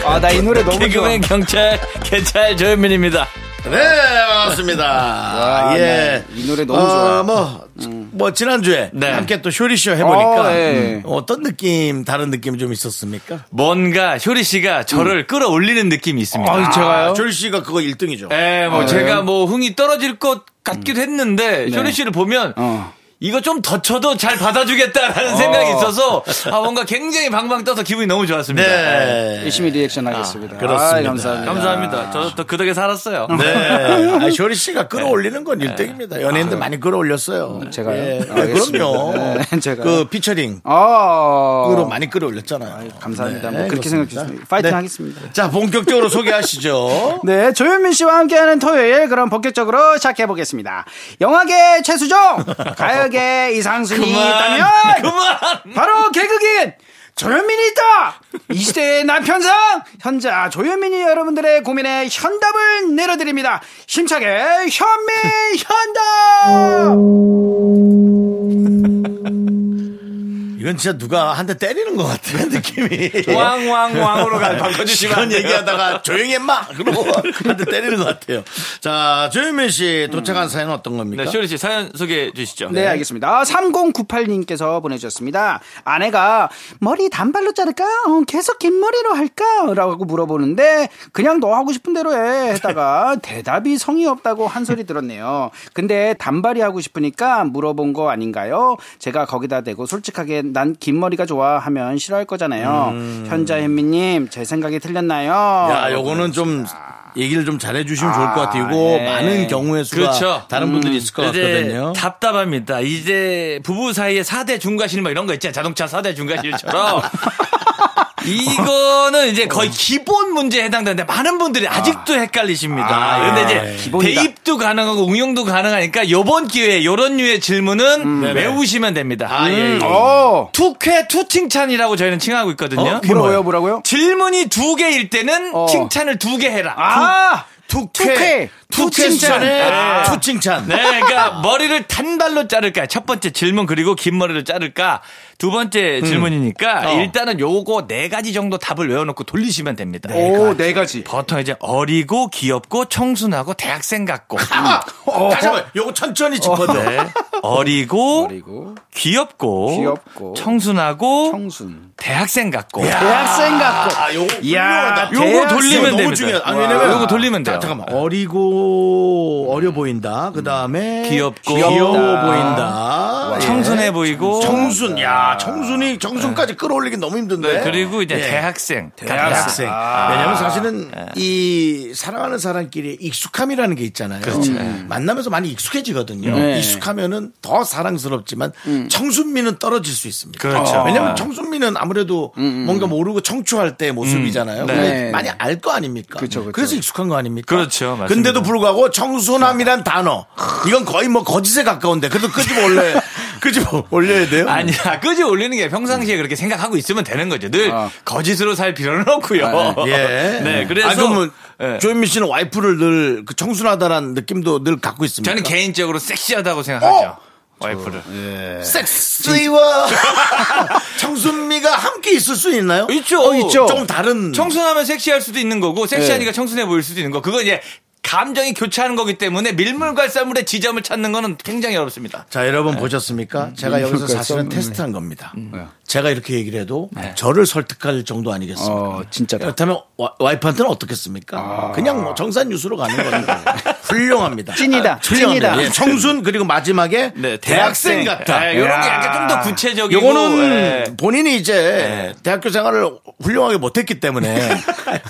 Speaker 2: 아, 나 이 노래 너무 좋아.
Speaker 6: 개그맨 경찰 개찰 조현민입니다.
Speaker 1: 네 반갑습니다
Speaker 2: 와,
Speaker 1: 예.
Speaker 2: 네. 이 노래 너무
Speaker 1: 어,
Speaker 2: 좋아요. 음.
Speaker 1: 뭐, 뭐 지난주에
Speaker 6: 네.
Speaker 1: 함께 또 쇼리쇼 해보니까
Speaker 2: 어, 예.
Speaker 1: 음, 어떤 느낌 다른 느낌 좀 있었습니까? 뭐,
Speaker 6: 뭔가 효리 씨가 저를 끌어올리는 느낌이 있습니다.
Speaker 2: 아, 제가요? 어,
Speaker 1: 쇼리씨가 그거 1등이죠
Speaker 2: 네,
Speaker 6: 예, 뭐 제가 뭐 흥이 떨어질 것 같기도 했는데 네, 효리 씨를 보면
Speaker 2: 어.
Speaker 6: 이거 좀 더 쳐도 잘 받아주겠다라는 생각이 있어서 아 뭔가 굉장히 방방 떠서 기분이 너무 좋았습니다. 예.
Speaker 1: 네.
Speaker 2: 열심히 리액션 하겠습니다.
Speaker 1: 그렇습니다.
Speaker 2: 아, 감사합니다.
Speaker 6: 감사합니다. 저도 또그 덕에 살았어요.
Speaker 1: 네. 아, 쇼리 씨가 끌어올리는
Speaker 2: 네.
Speaker 1: 건 일등입니다. 연예인들 많이 끌어올렸어요.
Speaker 2: 아, 음, 제가요? 아,
Speaker 1: 예.
Speaker 2: 알겠습니다.
Speaker 1: 그럼요.
Speaker 2: 네, 제가요?
Speaker 1: 그 피처링.
Speaker 2: 아,
Speaker 1: 으로 많이 끌어올렸잖아요.
Speaker 2: 감사합니다.
Speaker 1: 네,
Speaker 2: 뭐 그렇게
Speaker 1: 그렇습니다.
Speaker 2: 생각했습니다. 파이팅
Speaker 1: 네.
Speaker 2: 하겠습니다.
Speaker 1: 자, 본격적으로 소개하시죠.
Speaker 2: 네, 조현민 씨와 함께하는 토요일 그럼 본격적으로 시작해 보겠습니다. 영화계 최수종, 가요계 이상순이 있다면
Speaker 6: 그만.
Speaker 2: 바로 개그인 조현민이 있다. 이 시대의 남편상 현자 조현민이 여러분들의 고민에 현답을 내려드립니다. 심차게 현민 현답.
Speaker 1: 이건 진짜 누가 한 대 때리는 것 같은 느낌이.
Speaker 6: 왕왕왕으로 가 바꿔주시면 안
Speaker 1: 그런
Speaker 6: 돼요.
Speaker 1: 얘기하다가 조용히 해마 그러고 한 대 때리는 것 같아요. 자 조현민 씨 도착한 사연은 어떤 겁니까?
Speaker 6: 네, 쇼리 씨 사연 소개해 주시죠.
Speaker 2: 네, 알겠습니다. 3098님께서 보내주셨습니다. 아내가 머리 단발로 자를까? 어, 계속 긴 머리로 할까? 라고 물어보는데 그냥 너 하고 싶은 대로 해. 했다가 대답이 성의 없다고 한 소리 들었네요. 근데 단발이 하고 싶으니까 물어본 거 아닌가요? 제가 거기다 대고 솔직하게 난 긴 머리가 좋아 하면 싫어할 거잖아요. 현자 현미님, 제 생각이 음. 틀렸나요?
Speaker 1: 야 아, 요거는 좀 얘기를 좀 잘해주시면 좋을 것 같아요. 이거
Speaker 2: 네.
Speaker 1: 많은 경우의 수가
Speaker 6: 예. 그렇죠.
Speaker 1: 다른 분들이 있을 것
Speaker 6: 이제
Speaker 1: 같거든요.
Speaker 6: 답답합니다. 이제 부부 사이에 4대 중과실 뭐 이런 거 있잖아요. 자동차 4대 중과실처럼.
Speaker 3: 네.
Speaker 6: 이거는 이제 거의
Speaker 3: 어.
Speaker 6: 기본 문제에 해당되는데 많은 분들이 아직도 헷갈리십니다. 그런데
Speaker 3: 네.
Speaker 6: 이제
Speaker 2: 기본이다.
Speaker 6: 대입도 가능하고 응용도 가능하니까 요번 기회에 요런 류의 질문은
Speaker 3: 음,
Speaker 6: 외우시면 됩니다.
Speaker 1: 아, 예,
Speaker 2: 어,
Speaker 6: 투쾌 투칭찬이라고 저희는 칭하고 있거든요.
Speaker 3: 어?
Speaker 2: 뭐라고요, 뭐라고요?
Speaker 6: 질문이 두 개일 때는
Speaker 2: 어.
Speaker 6: 칭찬을 두 개 해라.
Speaker 2: 아!
Speaker 1: 투쾌 투칭찬에
Speaker 6: 아.
Speaker 1: 투칭찬.
Speaker 6: 네, 그러니까 머리를 단발로 자를까? 첫 번째 질문 그리고 긴 머리를 자를까? 두 번째 질문이니까 일단은 요거 네 가지 정도 답을 외워놓고 돌리시면 됩니다. 음.
Speaker 2: 오, 네 가지.
Speaker 6: 보통 이제 어리고 귀엽고 청순하고 대학생 같고
Speaker 1: 다시 한번 요거 천천히 아, 어. 짚어줘. 네.
Speaker 6: 어리고,
Speaker 2: 그리고
Speaker 6: 귀엽고,
Speaker 2: 귀엽고,
Speaker 6: 청순하고
Speaker 2: 청순.
Speaker 6: 대학생 같고
Speaker 2: 대학생 같고.
Speaker 1: 아 요거
Speaker 2: 이야,
Speaker 1: 훌륭하다.
Speaker 6: 요거 돌리면
Speaker 1: 너무
Speaker 6: 됩니다.
Speaker 1: 중요하다. 아니,
Speaker 6: 와.
Speaker 1: 왜냐면
Speaker 6: 요거 돌리면 돼요.
Speaker 1: 자, 잠깐만 어리고 어려 보인다. 그 다음에
Speaker 6: 귀엽고.
Speaker 1: 귀여워
Speaker 6: 귀엽다.
Speaker 1: 보인다. 예.
Speaker 6: 청순해 보이고
Speaker 1: 청순, 야, 청순이, 청순까지 끌어올리긴 너무 힘든데.
Speaker 6: 네, 그리고 이제
Speaker 1: 예.
Speaker 6: 대학생 아. 예.
Speaker 1: 대학생. 왜냐면 사실은 이 사랑하는 사람끼리 익숙함이라는 게 있잖아요.
Speaker 6: 그렇죠. 예.
Speaker 1: 음. 만나면서 많이 익숙해지거든요.
Speaker 2: 네.
Speaker 1: 익숙하면은 더 사랑스럽지만 청순미는 떨어질 수 있습니다.
Speaker 6: 음. 그렇죠. 음,
Speaker 1: 어. 왜냐면 청순미는 아무래도 뭔가 모르고 청초할 때 모습이잖아요.
Speaker 6: 네.
Speaker 1: 근데
Speaker 2: 네.
Speaker 1: 많이 알 거 아닙니까? 그
Speaker 2: 그쵸, 그쵸.
Speaker 1: 래서 익숙한 거 아닙니까?
Speaker 6: 그렇죠. 맞습니다. 아.
Speaker 1: 근데도 불구하고 청순함이란 단어 이건 거의 뭐 거짓에 가까운데 그래도 끄집어 올려야 끄집어 올려야 돼요.
Speaker 6: 아니야 끄지 올리는 게
Speaker 1: 음.
Speaker 6: 평상시에 그렇게 생각하고 있으면 되는 거죠. 늘
Speaker 2: 아.
Speaker 6: 거짓으로 살 필요는 없고요.
Speaker 1: 예.
Speaker 6: 네, 그래서
Speaker 1: 아, 그러면
Speaker 6: 예.
Speaker 1: 조현미 씨는 와이프를 늘 그 청순하다라는 느낌도 늘 갖고 어? 있습니다.
Speaker 6: 저는 개인적으로 섹시하다고 생각하죠.
Speaker 1: 그렇죠.
Speaker 6: 와이프를.
Speaker 1: 예. 섹시와 청순미가 함께 있을 수 있나요?
Speaker 6: 있죠.
Speaker 2: 있죠.
Speaker 1: 조금 다른
Speaker 6: 청순하면 섹시할 수도 있는 거고
Speaker 1: 예.
Speaker 6: 섹시하니까 청순해 보일 수도 있는 거. 그건 이제 감정이 교차하는 거기 때문에 밀물과 쌀물의 지점을 찾는 거는 굉장히 어렵습니다.
Speaker 1: 자, 여러분
Speaker 6: 음.
Speaker 1: 보셨습니까? 제가 여기서 사실은 테스트한 겁니다.
Speaker 6: 네.
Speaker 1: 제가 이렇게 얘기를 해도 저를 설득할 정도 아니겠습니까?
Speaker 2: 어, 진짜다.
Speaker 1: 그렇다면 와, 이프한테는 어떻겠습니까?
Speaker 6: 아.
Speaker 1: 그냥 뭐 정산 유수로 가는 거니까 훌륭합니다.
Speaker 2: 찐이다.
Speaker 1: 훌륭합니다.
Speaker 2: 찐이다.
Speaker 1: 예, 청순 그리고 마지막에 네,
Speaker 6: 네,
Speaker 1: 대학생, 같다.
Speaker 6: 이런 네, 게 약간 좀 더 구체적이고.
Speaker 1: 요거는
Speaker 6: 예.
Speaker 1: 본인이 이제 대학교 생활을 훌륭하게 못했기 때문에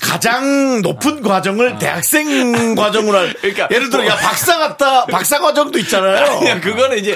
Speaker 1: 가장 높은 과정을 대학생 과정으로 할.
Speaker 6: 아. 그러니까
Speaker 1: 예를 들어 야 박사 같다 박사 과정도 있잖아요.
Speaker 6: 그냥 그거는 이제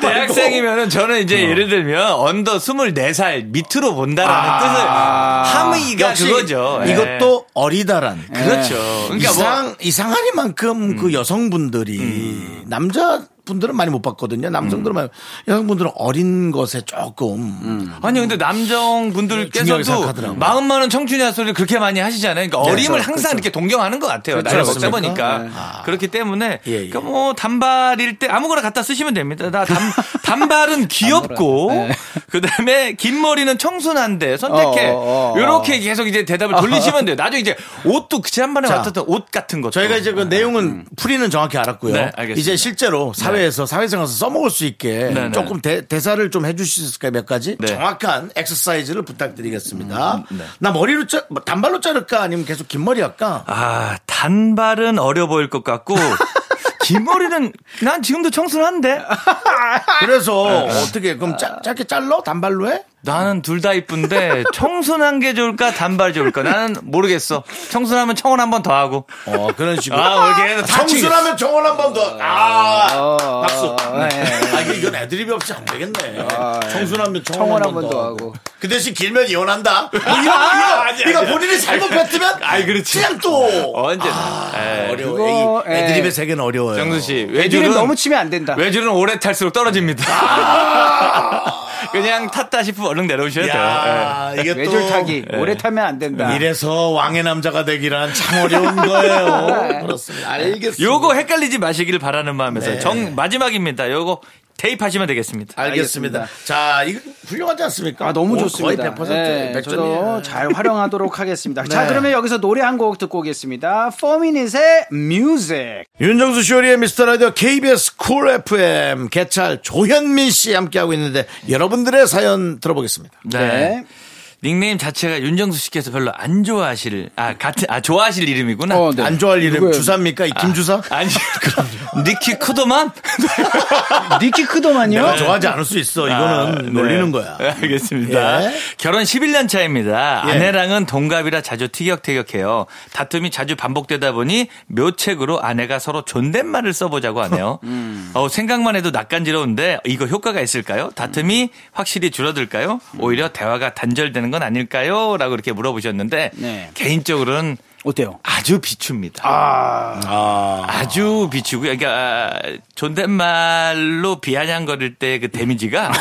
Speaker 6: 대학생이면은 저는 이제
Speaker 1: 어.
Speaker 6: 예를 들면 언더 24살 밑으로 본다라는 뜻을 함의가
Speaker 1: 아. 역시
Speaker 6: 그거죠. 예.
Speaker 1: 이것도 어리다란.
Speaker 6: 그렇죠. 그러니까
Speaker 1: 이상
Speaker 6: 뭐 음.
Speaker 1: 이상하니만큼 그 여성분들이 남자 분들은 많이 못 봤거든요.
Speaker 6: 음.
Speaker 1: 남성들은 많이 여성분들은 어린 것에 조금
Speaker 6: 아니
Speaker 1: 중요하게
Speaker 6: 근데 남성분들께서도
Speaker 1: 생각하더라고요. 네, 그렇죠.
Speaker 6: 마음만은 청춘이라 소리를 그렇게 많이 하시잖아요. 그러니까 어림을 항상 이렇게 동경하는 것 같아요. 나이를 먹다
Speaker 1: 그렇습니까? 네. 아.
Speaker 6: 보니까 그렇기 때문에
Speaker 1: 예, 예.
Speaker 6: 그러니까 뭐 단발일 때 아무거나 갖다 쓰시면 됩니다. 나 단, 단발은 귀엽고
Speaker 1: 네.
Speaker 6: 그다음에 긴 머리는 청순한데 선택해
Speaker 2: 어, 어, 어.
Speaker 6: 이렇게 계속 이제 대답을 돌리시면 돼요. 나중에 이제 옷도 그 지난번에
Speaker 1: 자,
Speaker 6: 맡았던 옷 같은 것
Speaker 1: 저희가 이제 그 내용은 풀이는 정확히 알았고요.
Speaker 6: 음. 네, 알겠습니다.
Speaker 1: 이제 실제로 사회에서 사회생활에서 써먹을 수 있게
Speaker 6: 네, 네.
Speaker 1: 조금 대, 대사를 좀 해주실 수 있을까요? 몇 가지
Speaker 6: 네. 음,
Speaker 1: 정확한 엑서사이즈를 부탁드리겠습니다. 나 머리로 짜, 뭐 단발로 자를까 아니면 계속 긴 머리 할까?
Speaker 6: 아, 단발은 어려 보일 것 같고, 긴 머리는 난 지금도 청순한데?
Speaker 1: 그래서
Speaker 6: 네,
Speaker 1: 어떻게 그럼 짜, 짧게 잘라 단발로 해?
Speaker 6: 나는 둘 다 이쁜데, 청순한 게 좋을까, 단발 좋을까? 나는 모르겠어. 청순하면 청혼 한 번 더 하고.
Speaker 1: 어 그런 식으로.
Speaker 6: 아, 어, 이렇게 해서 다 챙겨.
Speaker 1: 청순하면 정원 한 번 더. 아, 박수.
Speaker 6: 어,
Speaker 2: 네, 네.
Speaker 1: 아, 이게 이건 애드립이 없이 안 되겠네.
Speaker 6: 아, 예.
Speaker 1: 청순하면
Speaker 2: 청원
Speaker 1: 정원
Speaker 2: 한번더
Speaker 1: 한번더
Speaker 2: 하고.
Speaker 1: 하고. 그 대신 길면 이혼한다. 뭐 이런, 이런, 이거 본인이 잘못 뱉으면. 아이, 그렇지. 그냥 또. 아,
Speaker 6: 언제나. 어, 예.
Speaker 1: 어려워.
Speaker 2: 그거,
Speaker 1: 애, 애드립의 세계는 어려워요.
Speaker 6: 정수 씨,
Speaker 2: 애들은
Speaker 6: 외줄은,
Speaker 2: 너무 치면 안 된다.
Speaker 6: 외줄은 오래 탈수록
Speaker 1: 아.
Speaker 6: 떨어집니다. 그냥 탔다 싶으면 얼른 내려오셔야 돼요.
Speaker 1: 야, 이게 또. 예.
Speaker 2: 외줄 타기 오래 타면 안 된다.
Speaker 1: 이래서 왕의 남자가 되기란 참 어려운 거예요. 그렇습니다. 알겠습니다. 네.
Speaker 6: 예. 요거 헷갈리지 마시길 바라는 마음에서 정 마지막입니다. 요거 대입하시면
Speaker 1: 아.
Speaker 6: 되겠습니다.
Speaker 1: 알겠습니다. 자, 이거 훌륭하지 않습니까?
Speaker 2: 아, 너무
Speaker 1: 오,
Speaker 2: 좋습니다.
Speaker 1: 뭐 거의 100%, 100점이에요.
Speaker 2: 네,
Speaker 1: 네.
Speaker 2: 저도 잘 활용하도록 하겠습니다. 자, 그러면 여기서 노래 한 곡 듣고 오겠습니다. 포미닛의 뮤직.
Speaker 1: 윤정수 쇼리의 미스터 라디오 KBS 쿨 FM 개찰 조현민 씨 함께하고 있는데 여러분들의 사연 들어보겠습니다.
Speaker 2: 네.
Speaker 6: 닉네임 자체가 윤정수 씨께서 별로 안 좋아하실 아 같은 아 좋아하실 이름이구나.
Speaker 2: 어, 네.
Speaker 1: 안 좋아할 이름
Speaker 2: 누구예요?
Speaker 1: 주사입니까? 이 김주사?
Speaker 6: 아니 그럼요. 니키 크더만
Speaker 2: 니키 크도만요?
Speaker 1: 내가 좋아하지 않을 수 있어. 이거는
Speaker 6: 네.
Speaker 1: 놀리는 거야.
Speaker 6: 알겠습니다.
Speaker 1: 예.
Speaker 6: 결혼 11년 차입니다.
Speaker 1: 예.
Speaker 6: 아내랑은 동갑이라 자주 티격태격해요. 다툼이 자주 반복되다 보니 묘책으로 아내가 서로 존댓말을 써보자고 하네요.
Speaker 1: 음.
Speaker 6: 어, 생각만 해도 낯간지러운데 이거 효과가 있을까요? 다툼이 확실히 줄어들까요? 오히려 대화가 단절되는 건 아닐까요? 라고 이렇게 물어보셨는데
Speaker 2: 네.
Speaker 6: 개인적으로는
Speaker 2: 어때요?
Speaker 6: 아주 비춥니다. 아. 주 비추고요. 그러니까 아, 존댓말로 비아냥거릴 때 그 데미지가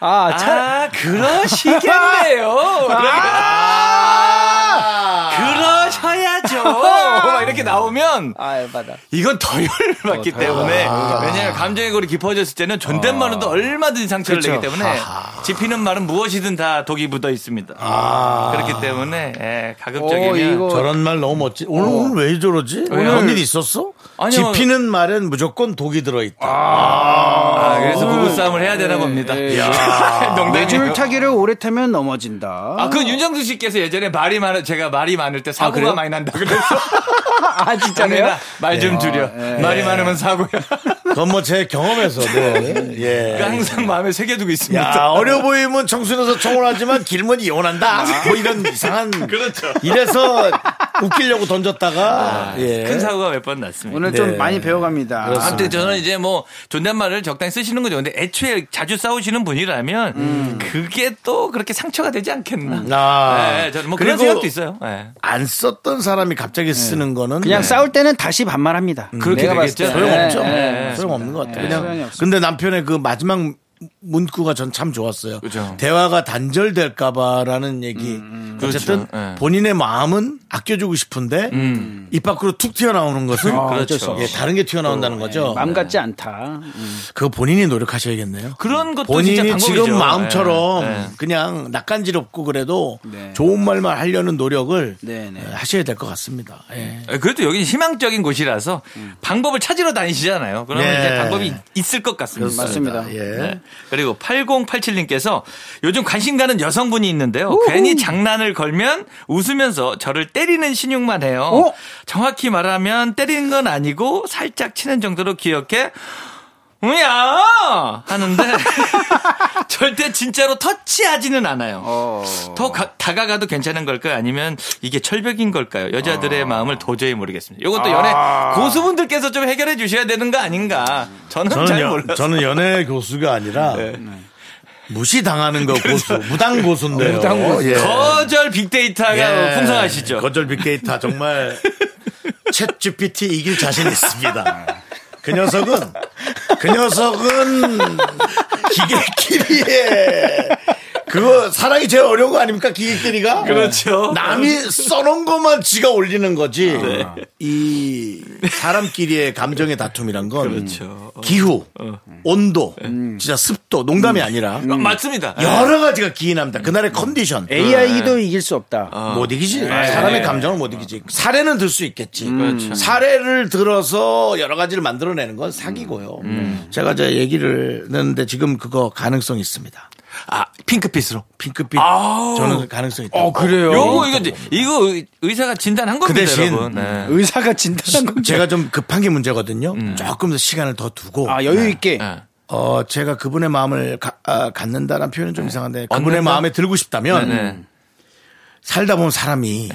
Speaker 2: 아,
Speaker 6: 아,
Speaker 2: 차,
Speaker 6: 그러시겠네요. 그러니까 아! 그러- 그러셔야죠. 막 이렇게 나오면
Speaker 2: 아, 맞아.
Speaker 6: 이건 더 열을 받기 때문에 왜냐하면 감정의 골이 깊어졌을 때는 존댓말로도 얼마든지 상처를
Speaker 2: 그렇죠.
Speaker 6: 내기 때문에 지피는 말은 무엇이든 다 독이 묻어 있습니다. 그렇기 때문에 예,
Speaker 2: 오,
Speaker 6: 아. 가급적이면
Speaker 2: 이거.
Speaker 1: 저런 말 너무 멋지. 오늘, 오늘 왜 저러지? 오늘 뭔 일 있었어?
Speaker 6: 어. 아니요.
Speaker 1: 지피는 말엔 무조건 독이 들어있다.
Speaker 6: 아, 그래서 부부싸움을 해야 되나 봅니다.
Speaker 2: 줄
Speaker 1: 네.
Speaker 6: 농담이에요.
Speaker 2: 타기를 오래 타면 넘어진다.
Speaker 6: 아, 그 윤정수 씨께서 예전에 말이 많아 제가 말이 많을 때 사고가
Speaker 2: 그래요?
Speaker 6: 많이 난다 그래서
Speaker 2: 아, 진짜네요?
Speaker 6: 말 좀 줄여. 말이 많으면 사고야. 네.
Speaker 1: 그건 뭐 제 경험에서도. 예.
Speaker 6: 그러니까 뭐 항상 마음에 새겨두고 있습니다.
Speaker 1: 야, 어려 보이면 청순해서 청혼하지만 길면 이혼한다. 뭐 이런 이상한.
Speaker 6: 아. 그렇죠.
Speaker 1: 이래서 웃기려고 던졌다가. 예.
Speaker 6: 아, 큰 사고가 몇 번 났습니다.
Speaker 2: 오늘
Speaker 1: 네.
Speaker 2: 좀 많이 배워갑니다.
Speaker 6: 아무튼 저는 이제 뭐 존댓말을 적당히 쓰시는 거죠. 근데 애초에 자주 싸우시는 분이라면 그게 또 그렇게 상처가 되지 않겠나.
Speaker 1: 아.
Speaker 6: 네, 저는 뭐 그런
Speaker 1: 그리고
Speaker 6: 생각도 있어요. 네.
Speaker 1: 안 썼던 사람이 갑자기 쓰는 거는
Speaker 2: 그냥
Speaker 1: 네. 음,
Speaker 2: 싸울 때는 다시 반말합니다.
Speaker 6: 그렇게
Speaker 2: 내가 봤을
Speaker 6: 되겠죠.
Speaker 2: 때.
Speaker 1: 소용없죠.
Speaker 2: 네, 네.
Speaker 1: 소용없는 것 같아요.
Speaker 2: 네,
Speaker 1: 그냥
Speaker 2: 소용이 없습니다.
Speaker 1: 근데 남편의 그 마지막 문구가 전 참 좋았어요.
Speaker 6: 그죠.
Speaker 1: 대화가 단절될까봐라는 얘기. 어쨌든
Speaker 6: 그렇죠. 예.
Speaker 1: 본인의 마음은 아껴주고 싶은데 입 밖으로 툭 튀어나오는 것은
Speaker 6: 그렇죠.
Speaker 1: 예, 다른 게
Speaker 6: 네.
Speaker 1: 튀어나온다는 거죠.
Speaker 2: 마음 같지 않다. 음.
Speaker 1: 그거 본인이 노력하셔야겠네요.
Speaker 6: 그런 것도 진짜
Speaker 1: 본인이
Speaker 6: 방법이죠.
Speaker 1: 지금 마음처럼
Speaker 6: 네, 네.
Speaker 1: 그냥 낯간지럽고 그래도
Speaker 2: 네.
Speaker 1: 좋은 말만 하려는 노력을
Speaker 2: 네, 네.
Speaker 1: 예, 하셔야 될 것 같습니다. 예.
Speaker 6: 그래도 여기 희망적인 곳이라서 방법을 찾으러 다니시잖아요. 그러면
Speaker 1: 네.
Speaker 6: 이제 방법이 있을 것 같습니다.
Speaker 2: 맞습니다.
Speaker 1: 예.
Speaker 6: 네. 그리고 8087님께서 요즘 관심 가는 여성분이 있는데요. 괜히 장난을 걸면 웃으면서 저를 때리는 신용만 해요.
Speaker 2: 어?
Speaker 6: 정확히 말하면 때리는 건 아니고 살짝 치는 정도로 기억해. 뭐야 하는데 절대 진짜로 터치하지는 않아요.
Speaker 1: 어.
Speaker 6: 더 가- 다가가도 괜찮은 걸까요? 아니면 이게 철벽인 걸까요? 여자들의 마음을 도저히 모르겠습니다. 이건 또 연애 고수분들께서 좀 해결해 주셔야 되는 거 아닌가? 저는,
Speaker 1: 저는,
Speaker 6: 잘
Speaker 1: 연-
Speaker 6: 몰라요.
Speaker 1: 저는 연애 교수가 아니라 무시당하는 거 고수, 무당 고수인데요. 예.
Speaker 6: 거절 빅데이터가
Speaker 1: 예.
Speaker 6: 풍성하시죠.
Speaker 1: 거절 빅데이터 정말 챗 GPT 이길 자신 있습니다. 그 녀석은 그 녀석은 기계끼리에 그거 사랑이 제일 어려운 거 아닙니까 기계끼리가?
Speaker 6: 그렇죠.
Speaker 1: 남이 써놓은 것만 지가 올리는 거지.
Speaker 6: 네.
Speaker 1: 이 사람끼리의 감정의 다툼이란 건
Speaker 6: 그렇죠. 어. 음.
Speaker 1: 기후, 온도, 진짜 습도, 농담이 아니라
Speaker 6: 어, 맞습니다.
Speaker 1: 여러 가지가 기인합니다. 그날의 컨디션.
Speaker 6: 네.
Speaker 2: AI도 이길 수 없다.
Speaker 6: 아.
Speaker 1: 못 이기지.
Speaker 2: 네.
Speaker 1: 사람의 감정을 못 이기지.
Speaker 2: 음.
Speaker 1: 사례는 들 수 있겠지.
Speaker 2: 그렇죠.
Speaker 1: 사례를 들어서 여러 가지를 만들어내는 건
Speaker 2: 음.
Speaker 1: 사기고요. 제가 제 얘기를 냈는데 지금 그거 가능성이 있습니다.
Speaker 6: 아, 핑크빛으로.
Speaker 1: 핑크빛. 저는 그 가능성이 있다.
Speaker 2: 어. 그래요?
Speaker 6: 요거 이거 이제- 이거 의- 의사가 진단한 겁니다,
Speaker 1: 대신
Speaker 6: 여러분. 네.
Speaker 2: 의사가 진단한 건
Speaker 1: 제가 좀 급한 게 문제거든요. 조금 더 시간을 더 두고.
Speaker 2: 아, 여유 있게.
Speaker 6: 네.
Speaker 1: 어, 제가 그분의 마음을 가- 아, 갖는다라는 표현은
Speaker 2: 네.
Speaker 1: 좀 이상한데 그분의
Speaker 6: 얻는다?
Speaker 1: 마음에 들고 싶다면
Speaker 6: 네.
Speaker 1: 살다 보면 사람이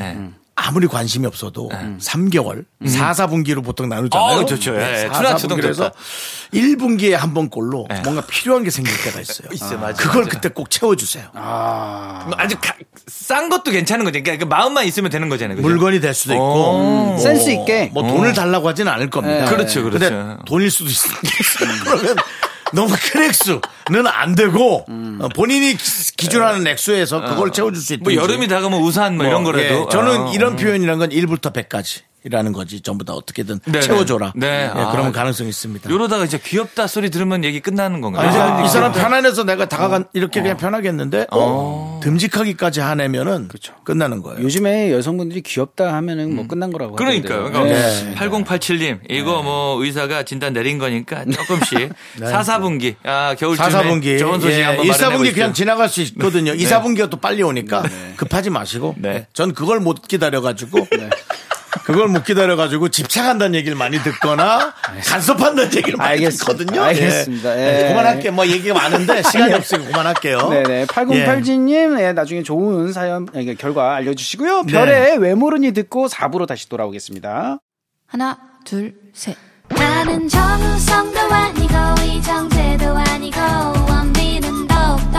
Speaker 1: 아무리 관심이 없어도 3개월, 4, 4분기로 보통 나누잖아요.
Speaker 6: 네. 음. 어우, 좋죠. 예, 예.
Speaker 1: 4,
Speaker 6: 추동
Speaker 1: 4분기에서
Speaker 6: 좋다. 네.
Speaker 1: 1분기에 한 번꼴로 뭔가 필요한 게 생길 때가 있어요.
Speaker 6: 있어요, 맞아요,
Speaker 1: 그걸
Speaker 6: 맞아요. 아,
Speaker 1: 그때 꼭 채워주세요.
Speaker 6: 아주 가- 싼 것도 괜찮은 거죠. 그러니까 그 마음만 있으면 되는 거잖아요. 그죠?
Speaker 1: 물건이 될 수도 있고 뭐,
Speaker 2: 센스 있게.
Speaker 1: 뭐 돈을 달라고 하진 않을 겁니다.
Speaker 6: 음. 네. 그렇죠, 그렇죠.
Speaker 1: 근데 돈일 수도 있습니다. 그러면 너무 큰 액수는 안 되고
Speaker 6: 음.
Speaker 1: 어, 본인이 기- 기준하는
Speaker 6: 네. 어.
Speaker 1: 액수에서 그걸 채워줄 수 있다.
Speaker 6: 뭐 여름이 다가면 우산 뭐, 이런 거라도.
Speaker 1: 예. 저는
Speaker 6: 아,
Speaker 1: 이런 표현이란 건 1부터 100까지. 이라는 거지 전부 다 어떻게든
Speaker 6: 네,
Speaker 1: 채워줘라.
Speaker 6: 네.
Speaker 1: 예,
Speaker 6: 아.
Speaker 1: 그러면 가능성이 있습니다.
Speaker 6: 이러다가 이제 귀엽다 소리 들으면 얘기 끝나는 건가요?
Speaker 1: 아, 이제
Speaker 6: 아,
Speaker 1: 이 사람 편안해서 내가 다가간 이렇게 그냥 편하겠는데 어. 듬직하기까지 하내면은 끝나는 거예요.
Speaker 2: 요즘에 여성분들이 귀엽다 하면은 뭐 끝난 거라고.
Speaker 6: 음. 그러니까요.
Speaker 2: 하던데요.
Speaker 6: 그러니까
Speaker 2: 네.
Speaker 6: 8087님, 이거
Speaker 1: 네.
Speaker 6: 뭐 의사가 진단 내린 거니까 조금씩 사 4, 4분기, 아, 겨울쯤에
Speaker 1: 4, 4분기.
Speaker 6: 좋은 소식 한번
Speaker 1: 1,
Speaker 6: 마련해
Speaker 1: 4분기
Speaker 6: 보시죠.
Speaker 1: 그냥 지나갈 수
Speaker 2: 네.
Speaker 1: 있거든요. 2, 4분기가 또 빨리 오니까 급하지 마시고.
Speaker 6: 네.
Speaker 1: 전 그걸 못 기다려가지고.
Speaker 2: 네.
Speaker 1: 네. 그걸 못 기다려가지고 집착한다는 얘기를 많이 듣거나 간섭한다는 얘기를 많이
Speaker 2: 알겠습니다.
Speaker 1: 듣거든요.
Speaker 2: 알겠습니다.
Speaker 1: 예.
Speaker 2: 예.
Speaker 1: 그만할게요. 뭐 얘기가 많은데 시간이 없으니까 그만할게요.
Speaker 6: 어?
Speaker 1: 예.
Speaker 2: 네네. 8087님, 예, 나중에 좋은 사연, 아, 이게 결과 알려주시고요.
Speaker 6: 네.
Speaker 2: 별의 외모른이 듣고 4부로 다시 돌아오겠습니다.
Speaker 4: 하나, 둘, 셋. 나는 정우성도 아니고, 이정재도 아니고, 원빈은 더욱더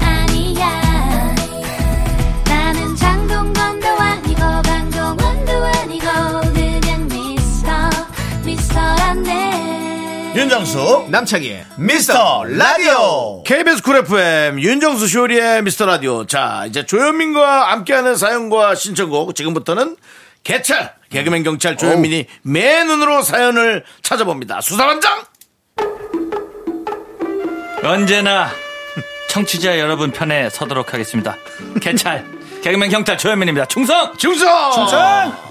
Speaker 4: 아니야. 나는 장동건도 아니고, 강동원도 아니고, 그냥 미스터, 미스터란데.
Speaker 1: 예, 윤정수 남창희 미스터 라디오 KBS 쿨 FM 윤정수 쇼리의 미스터 라디오 자 이제 조현민과 함께하는 사연과 신청곡 지금부터는 개찰 개그맨 경찰 조현민이 맨 눈으로 사연을 찾아봅니다 수사반장
Speaker 6: 언제나 청취자 여러분 편에 서도록 하겠습니다. 개찰, 개그맨 경찰 조현민입니다. 충성!
Speaker 1: 중성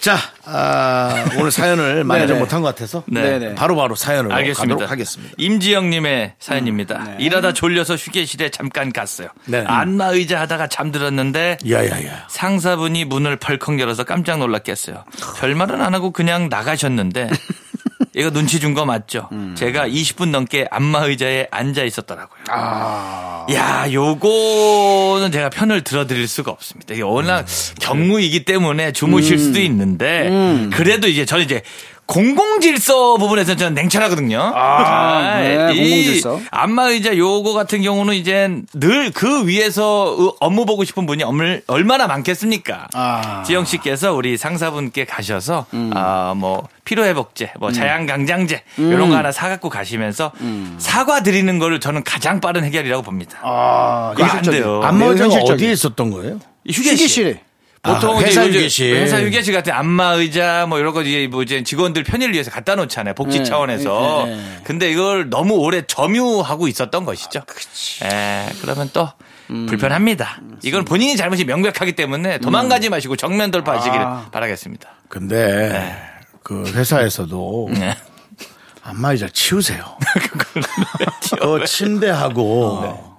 Speaker 1: 자 아, 오늘 사연을 만회를
Speaker 2: 네네.
Speaker 1: 못한 것 같아서
Speaker 6: 네.
Speaker 2: 네네.
Speaker 1: 바로바로 사연을
Speaker 6: 알겠습니다.
Speaker 1: 가도록 하겠습니다 음,
Speaker 6: 임지영님의 사연입니다. 일하다 졸려서 휴게실에 잠깐 갔어요.
Speaker 1: 네.
Speaker 6: 안마 의자 하다가 잠들었는데
Speaker 1: 야야야
Speaker 6: 상사분이 문을 펄컥 열어서 깜짝 놀랐겠어요. 별말은 안 하고 그냥 나가셨는데 이거 눈치 준 거 맞죠?
Speaker 2: 음.
Speaker 6: 제가 20분 넘게 안마 의자에 앉아 있었더라고요. 야, 요거는 제가 편을 들어드릴 수가 없습니다. 이게
Speaker 2: 음,
Speaker 6: 워낙 경무이기 때문에 주무실 수도 있는데
Speaker 2: 음.
Speaker 6: 그래도 이제 저는 이제 공공질서 부분에서 저는 냉철하거든요. 아,
Speaker 2: 네,
Speaker 6: 이
Speaker 2: 공공질서.
Speaker 6: 안마의자 요거 같은 경우는 이제 늘 그 위에서 으- 업무 보고 싶은 분이 엄을- 얼마나 많겠습니까?
Speaker 2: 아.
Speaker 6: 지영 씨께서 우리 상사분께 가셔서 아, 뭐 피로 회복제, 뭐 자양 강장제 이런 거 하나 사 갖고 가시면서 사과 드리는 거를 저는 가장 빠른 해결이라고 봅니다. 이거 안 돼요.
Speaker 1: 아,
Speaker 6: 아,
Speaker 1: 안마
Speaker 2: 매우
Speaker 1: 의자가
Speaker 2: 현실적이에요.
Speaker 1: 어디에 있었던 거예요?
Speaker 6: 휴게실.
Speaker 2: 휴게실에.
Speaker 6: 보통
Speaker 1: 아,
Speaker 6: 이제
Speaker 1: 회사
Speaker 6: 요즘
Speaker 1: 휴게실.
Speaker 6: 회사 휴게실 같은 안마 의자 뭐 이런 거 이제 뭐 이제 직원들 편의를 위해서 갖다 놓잖아요. 복지
Speaker 2: 네.
Speaker 6: 차원에서.
Speaker 2: 네, 네.
Speaker 6: 근데 이걸 너무 오래 점유하고 있었던 것이죠. 예, 그러면 또 불편합니다. 이건 본인이 잘못이 명백하기 때문에 도망가지 마시고 정면 돌파하시기를 바라겠습니다.
Speaker 1: 근데 그 회사에서도
Speaker 6: 네.
Speaker 1: 안마의자 치우세요. 어, 침대하고
Speaker 6: 네.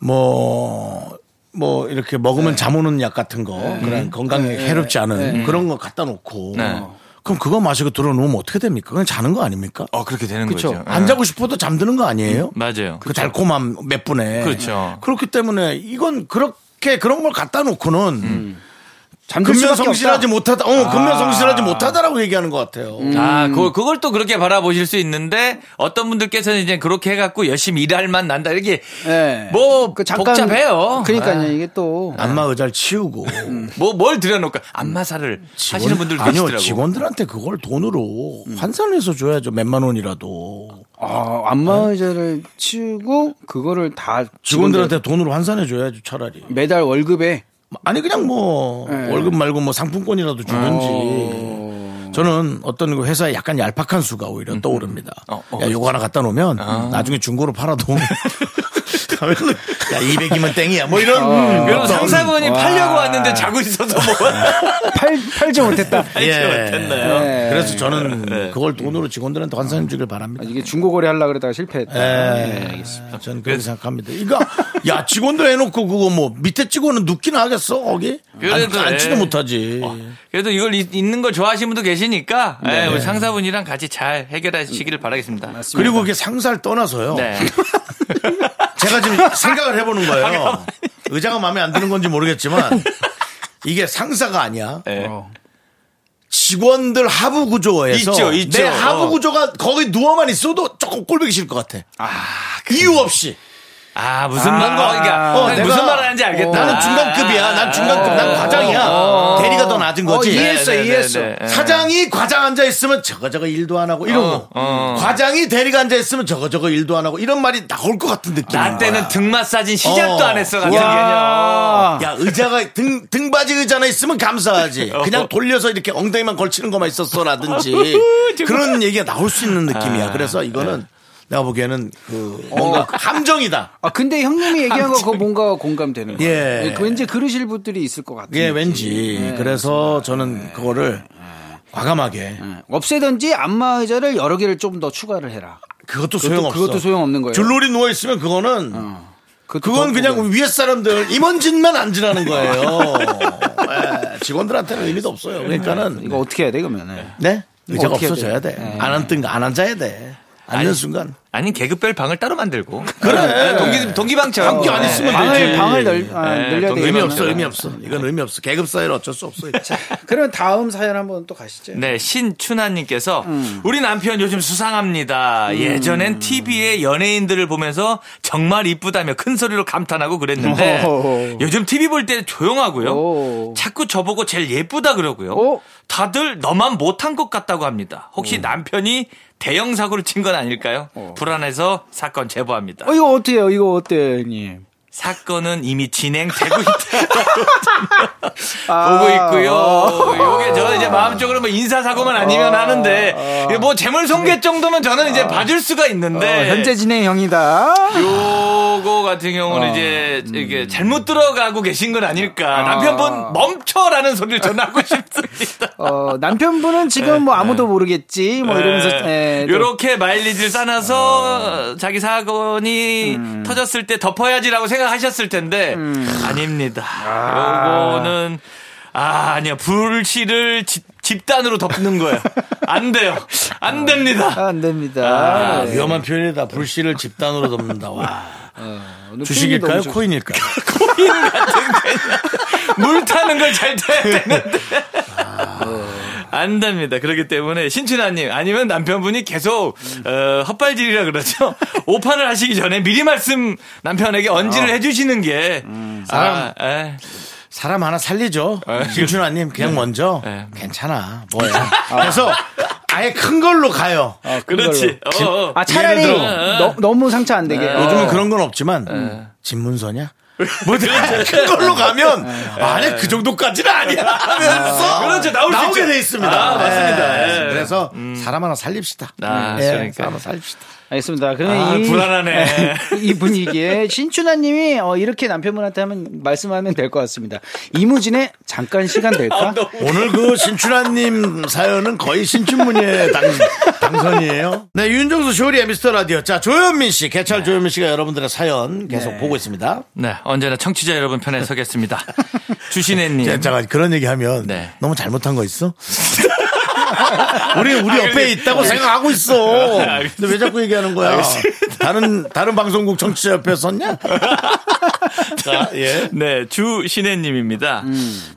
Speaker 1: 뭐. 뭐 이렇게
Speaker 6: 네.
Speaker 1: 먹으면 잠 오는 약 같은 거 그런 건강에 해롭지 않은 그런 거 갖다 놓고
Speaker 6: 네.
Speaker 1: 그럼 그거 마시고 들어놓으면 어떻게 됩니까? 그냥 자는 거 아닙니까?
Speaker 6: 어, 그렇게 되는 거죠. 음, 예.
Speaker 1: 안 자고 싶어도 잠드는 거 아니에요?
Speaker 6: 맞아요.
Speaker 1: 그 달콤함 몇 분에
Speaker 6: 그렇죠.
Speaker 1: 그렇기 때문에 이건 그렇게 그런 걸 갖다 놓고는
Speaker 6: 음.
Speaker 2: 잠들
Speaker 1: 근면
Speaker 2: 수밖에
Speaker 1: 성실하지
Speaker 2: 없다. 음.
Speaker 1: 못하다. 어, 근면 성실하지 못하다라고 얘기하는 것 같아요.
Speaker 6: 아, 그, 그걸 또 그렇게 바라보실 수 있는데 어떤 분들께서는 이제 그렇게 해갖고 열심히 일할 만 난다 이렇게
Speaker 1: 예.
Speaker 2: 네.
Speaker 6: 뭐
Speaker 2: 그
Speaker 6: 복잡해요. 예. 아.
Speaker 2: 그러니까요. 이게 또.
Speaker 1: 안마 의자를 치우고
Speaker 6: 뭐 뭘 들여놓을까? 안마사를 하시는 분들도
Speaker 1: 아니요
Speaker 6: 계시더라고요. 음.
Speaker 1: 직원들한테 그걸 돈으로 환산해서 줘야죠 몇만 원이라도
Speaker 2: 아, 안마 의자를 치우고 그거를 다
Speaker 1: 직원들한테 돈으로 환산해 줘야죠 차라리
Speaker 2: 매달 월급에
Speaker 1: 아니 그냥 뭐
Speaker 6: 네.
Speaker 1: 월급 말고 뭐 상품권이라도
Speaker 6: 어.
Speaker 1: 주는지 저는 어떤 그 회사에 약간 얄팍한 수가 오히려 떠오릅니다
Speaker 6: 어, 아. 어,
Speaker 1: 야 요거 하나 갖다 놓으면 나중에 중고로 팔아도 야 200이면 땡이야 뭐 이런
Speaker 6: 여러분
Speaker 1: 어떤-
Speaker 6: 상사분이 팔려고 왔는데 자고 있어서 뭐
Speaker 2: 팔, 팔지 못했다.
Speaker 1: 예.
Speaker 6: 됐나요? 네.
Speaker 2: 예.
Speaker 1: 그래서 저는 그걸 돈으로 직원들한테 환산해 주길 바랍니다.
Speaker 2: 아, 이게 중고거래 하려고 그러다가 실패했다.
Speaker 1: 예,
Speaker 6: 네,
Speaker 1: 알겠습니다. 저는 그렇게 생각합니다. 이거, 야, 직원들 해놓고 그거 뭐, 밑에 직원은 눕기는 하겠어, 거기? 안,
Speaker 6: 그래도,
Speaker 1: 앉지도
Speaker 6: 예.
Speaker 1: 못하지.
Speaker 6: 그래도 이걸 이- 있는 걸 좋아하시는 분도 계시니까
Speaker 1: 네.
Speaker 6: 예, 우리 상사분이랑 같이 잘 해결하시기를 바라겠습니다.
Speaker 1: 그리고 그게 상사를 떠나서요.
Speaker 6: 네.
Speaker 1: 제가 지금 생각을 해보는 거예요. 의자가 마음에 안 드는 건지 모르겠지만, 이게 상사가 아니야.
Speaker 6: 예.
Speaker 1: 직원들 하부 구조에서
Speaker 6: 있죠, 있죠.
Speaker 1: 내 하부
Speaker 6: 어.
Speaker 1: 구조가 거기 누워만 있어도 조금 꼴보기 싫을 것 같아. 이유 없이.
Speaker 6: 아 무슨 말? 어, 그러니까
Speaker 1: 어,
Speaker 6: 난
Speaker 1: 내가- 어.
Speaker 6: 무슨 말 하는지 알겠다.
Speaker 1: 나는 중간급이야. 난 중간급. 난 과장이야. 대리가 더 낮은 거지.
Speaker 6: 어, 이해했어, 네, 네, 이해했어. 네, 네, 네.
Speaker 1: 사장이 과장 앉아 있으면 저거 저거 일도 안 하고 이런 거.
Speaker 6: 어.
Speaker 1: 과장이 대리가 앉아 있으면 저거 저거 일도 안 하고 이런 말이 나올 것 같은 어. 느낌.
Speaker 6: 나 때는 등 마사지 시작도
Speaker 1: 음, 어.
Speaker 6: 안 했어 같은 개념.
Speaker 2: 와.
Speaker 1: 야 의자가 등 등받이 의자나 있으면 감사하지. 그냥 돌려서 이렇게 엉덩이만 걸치는 것만 있었어라든지 아. 네. 그런 얘기가 나올 수 있는 느낌이야. 그래서 이거는 내가 보기에는 그 뭔가 함정이다.
Speaker 2: 아 근데 형님이 얘기한 거 그거 뭔가 공감되는 거예요.
Speaker 1: 예.
Speaker 2: 그 왠지 그러실 분들이 있을 것 같아요.
Speaker 1: 예, 왠지
Speaker 2: 네,
Speaker 1: 그래서 저는 그거를 과감하게
Speaker 2: 네. 예. 없애든지 안마 의자를 여러 개를 좀 더 추가를 해라.
Speaker 1: 그것도 소용없어.
Speaker 2: 그것도 소용없는 거예요. 어.
Speaker 1: 줄놀이 누워 있으면 그거는
Speaker 2: 그것도
Speaker 1: 그건
Speaker 2: 더
Speaker 1: 그냥 위에 사람들 임원진만 안 지나는 거예요. 예, 직원들한테는 의미도 없어요. 그러니까는
Speaker 2: 네. 이거 어떻게 해야 돼 그러면? 은
Speaker 1: 네? 의자가
Speaker 2: 어떻게 해야
Speaker 1: 없어져야 돼.
Speaker 2: 돼? 네.
Speaker 1: 안 앉든 안 앉아야 돼. 앉는
Speaker 6: 아니,
Speaker 1: 순간.
Speaker 6: 아니 계급별 방을 따로 만들고 네,
Speaker 1: 그래. 네.
Speaker 6: 동기 네. 동기방처.
Speaker 1: 함께 안 있으면
Speaker 2: 예. 방을
Speaker 1: 되지. 예.
Speaker 2: 방을 널, 아,
Speaker 6: 네,
Speaker 2: 늘려야 돼.
Speaker 6: 돈
Speaker 1: 의미
Speaker 6: 이거는-
Speaker 1: 없어, 의미 없어. 이건 의미 없어. 계급 사회는 어쩔 수 없어.
Speaker 2: 그럼 다음 사연 한번 또 가시죠.
Speaker 6: 네, 신춘하님께서
Speaker 1: 음.
Speaker 6: 우리 남편 요즘 수상합니다. 예전엔 TV에 연예인들을 보면서 정말 이쁘다며 큰 소리로 감탄하고 그랬는데
Speaker 1: 어.
Speaker 2: 오호호.
Speaker 6: 요즘 TV 볼 때 조용하고요.
Speaker 2: 오.
Speaker 6: 자꾸 저보고 제일 예쁘다 그러고요.
Speaker 1: 어?
Speaker 2: 오.
Speaker 6: 다들 너만 못한 것 같다고 합니다. 혹시
Speaker 1: 음.
Speaker 6: 남편이 대형 사고를 친 건 아닐까요?
Speaker 1: 어.
Speaker 6: 불안해서 사건 제보합니다.
Speaker 2: 어 이거 어때요? 이거 어때 형님?
Speaker 6: 사건은 이미 진행되고 있다. 보고 있고요. 이게 저는 이제 마음적으로 뭐 인사사고만 아. 아니면 하는데 이게 아. 뭐 재물손괴 정도는 저는 이제 봐줄 수가
Speaker 2: 어,
Speaker 1: 네.
Speaker 6: 있는데
Speaker 2: 현재 진행형이다.
Speaker 6: 요거 같은 경우는 이제 이게 잘못 들어가고 계신 건 어. 음. 아닐까. 남편분 멈춰라는 소리를 전하고 싶습니다.
Speaker 2: 어, 남편분은
Speaker 1: 네.
Speaker 2: 지금 뭐 아무도 모르겠지 뭐 이러면서 예, 또
Speaker 6: 이렇게 네, 마일리지를 싸놔서 자기 사건이
Speaker 2: 음.
Speaker 6: 터졌을 때 덮어야지라고 생각하셨을 텐데 아닙니다. 요거는 아 아니요 불씨를 집, 집단으로 덮는 거예요. 안 돼요.
Speaker 2: 아.
Speaker 6: 안 됩니다.
Speaker 2: 안 됩니다. 예.
Speaker 1: 위험한 표현이다. 불씨를 집단으로 덮는다. 와.
Speaker 2: 오늘
Speaker 1: 주식일까요?
Speaker 2: 피디님 아, 너무 좋-
Speaker 1: 코인일까요?
Speaker 6: 물 타는 걸 잘 타야 되는데. 아, 안 됩니다. 그렇기 때문에 신춘하님 아니면 남편분이 계속 어, 헛발질이라 그러죠. 오판을 하시기 전에 미리 말씀 남편에게 언지를 해주시는 게 아, 에.
Speaker 1: 사람 하나 살리죠. 김준아님 그냥 먼저
Speaker 6: 네.
Speaker 1: 괜찮아. 뭐야. 그래서 아예 큰 걸로 가요.
Speaker 6: 그렇지. 어, 어.
Speaker 2: 아 차라리
Speaker 1: 예를
Speaker 6: 들어. 네.
Speaker 2: 너, 무 상처 안 되게.
Speaker 1: 요즘은 그런 건 없지만 음, 진문서냐? 뭐
Speaker 6: 네.
Speaker 1: 큰 걸로 가면 아니 그 정도까지는 아니야 하면서
Speaker 6: 그렇죠. 나올 수
Speaker 1: 나오게
Speaker 6: 있죠.
Speaker 1: 돼 있습니다. 네.
Speaker 6: 아, 맞습니다. 예.
Speaker 1: 그래서 사람 하나 살립시다.
Speaker 6: 아,
Speaker 1: 예,
Speaker 6: 그러니까.
Speaker 1: 사람 하나 살립시다.
Speaker 2: 알겠습니다. 그럼
Speaker 6: 아,
Speaker 2: 이,
Speaker 6: 불안하네.
Speaker 2: 이 분위기에 신춘하님이 어, 이렇게 남편분한테 하면 말씀하면 될 것 같습니다. 이무진의 잠깐 시간
Speaker 6: 아,
Speaker 2: 될까?
Speaker 1: 오늘 그 신춘하님 사연은 거의 신춘문예 당, 당선이에요. 네, 윤정수 쇼리의 미스터 라디오. 자, 조현민 씨, 개찰 조현민 씨가 여러분들의 사연 계속 보고 있습니다.
Speaker 6: 네, 언제나 청취자 여러분 편에 서겠습니다. 주신혜님.
Speaker 1: 잠깐 그런 얘기하면
Speaker 6: 네.
Speaker 1: 너무 잘못한 거 있어? 우리 우리 옆에 있다고 생각하고 있어. 근데 왜 자꾸 얘기하는 거야? 다른 다른 방송국 청취자 옆에 섰냐? 자, 예.
Speaker 6: 네, 주신혜님입니다.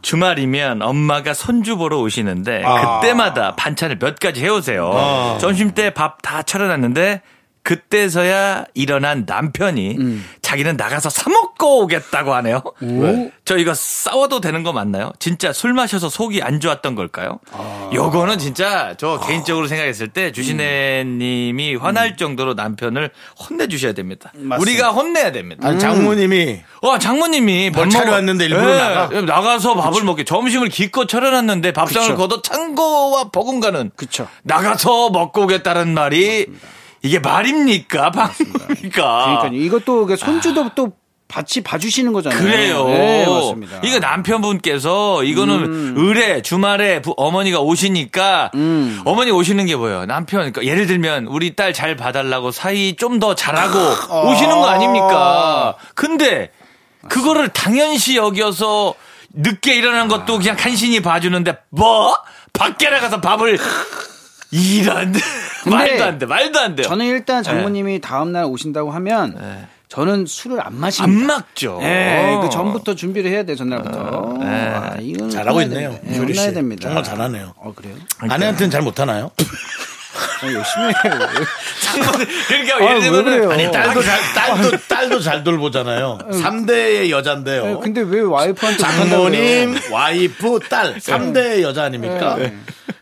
Speaker 6: 주말이면 엄마가 손주 보러 오시는데 그때마다 반찬을 몇 가지 해오세요. 점심 때 밥 다 차려놨는데 그때서야 일어난 남편이 자기는 나가서 사 먹고 음. 오겠다고 하네요. 저 이거 싸워도 되는 거 맞나요? 진짜 술 마셔서 속이 안 좋았던 걸까요? 요거는 진짜 저 개인적으로 생각했을 때 주신혜님이 화날 정도로 남편을 혼내주셔야 됩니다. 음. 우리가 혼내야 됩니다.
Speaker 1: 아니, 장모님이
Speaker 6: 와 어, 장모님이 밥 먹-
Speaker 1: 차려왔는데 일부러 나가?
Speaker 6: 나가서 밥을 먹게 점심을 기껏 차려놨는데 밥상을
Speaker 2: 그쵸.
Speaker 6: 걷어 찬 거와 버금가는
Speaker 2: 그쵸.
Speaker 6: 나가서 먹고 오겠다는 말이 이게 말입니까 방입니까?
Speaker 2: 그러니까요. 이것도 그 손주도 또 같이 봐주시는 거잖아요.
Speaker 6: 아. 그래요.
Speaker 2: 네, 맞습니다. 음.
Speaker 6: 이거 남편분께서 이거는 의뢰 주말에 부- 어머니가 오시니까
Speaker 2: 음.
Speaker 6: 어머니 오시는 게 뭐예요? 남편 그러니까 예를 들면 우리 딸 잘 봐달라고 사이 좀 더 잘하고
Speaker 2: 아.
Speaker 6: 오시는 거 아닙니까? 근데 그거를 당연시 여겨서 늦게 일어난 것도 그냥 간신히 봐주는데 뭐 밖에 나가서 밥을 이런 말도 안 돼, 말도 안 돼요.
Speaker 2: 저는 일단
Speaker 6: 네.
Speaker 2: 장모님이 다음 날 오신다고 하면 저는 술을 안
Speaker 6: 안 어.
Speaker 2: 마십니다.
Speaker 6: 막죠.
Speaker 2: 예, 그 전부터 준비를 해야 돼 전날부터.
Speaker 6: 네.
Speaker 2: 아, 이거는
Speaker 1: 잘하고
Speaker 2: 혼나야
Speaker 1: 있네요.
Speaker 2: 됩니다. 예,
Speaker 1: 유리 씨
Speaker 2: 혼나야 됩니다.
Speaker 1: 정말 잘하네요.
Speaker 2: 어 그래요?
Speaker 1: 아내한테는 잘 못하나요?
Speaker 2: 저 열심히 해요.
Speaker 6: 그러니까
Speaker 2: 아,
Speaker 6: 예를
Speaker 2: 왜
Speaker 6: 들면
Speaker 2: 그래요?
Speaker 6: 은
Speaker 1: 아니 딸도 잘 딸도 딸도 잘 돌보잖아요.
Speaker 6: 어.
Speaker 1: 3대의
Speaker 6: 네,
Speaker 1: 여잔데요.
Speaker 2: 근데 왜 와이프한테
Speaker 1: 어? 장모님, 와이프,
Speaker 6: 네.
Speaker 1: 딸 3대의 여자 아닙니까?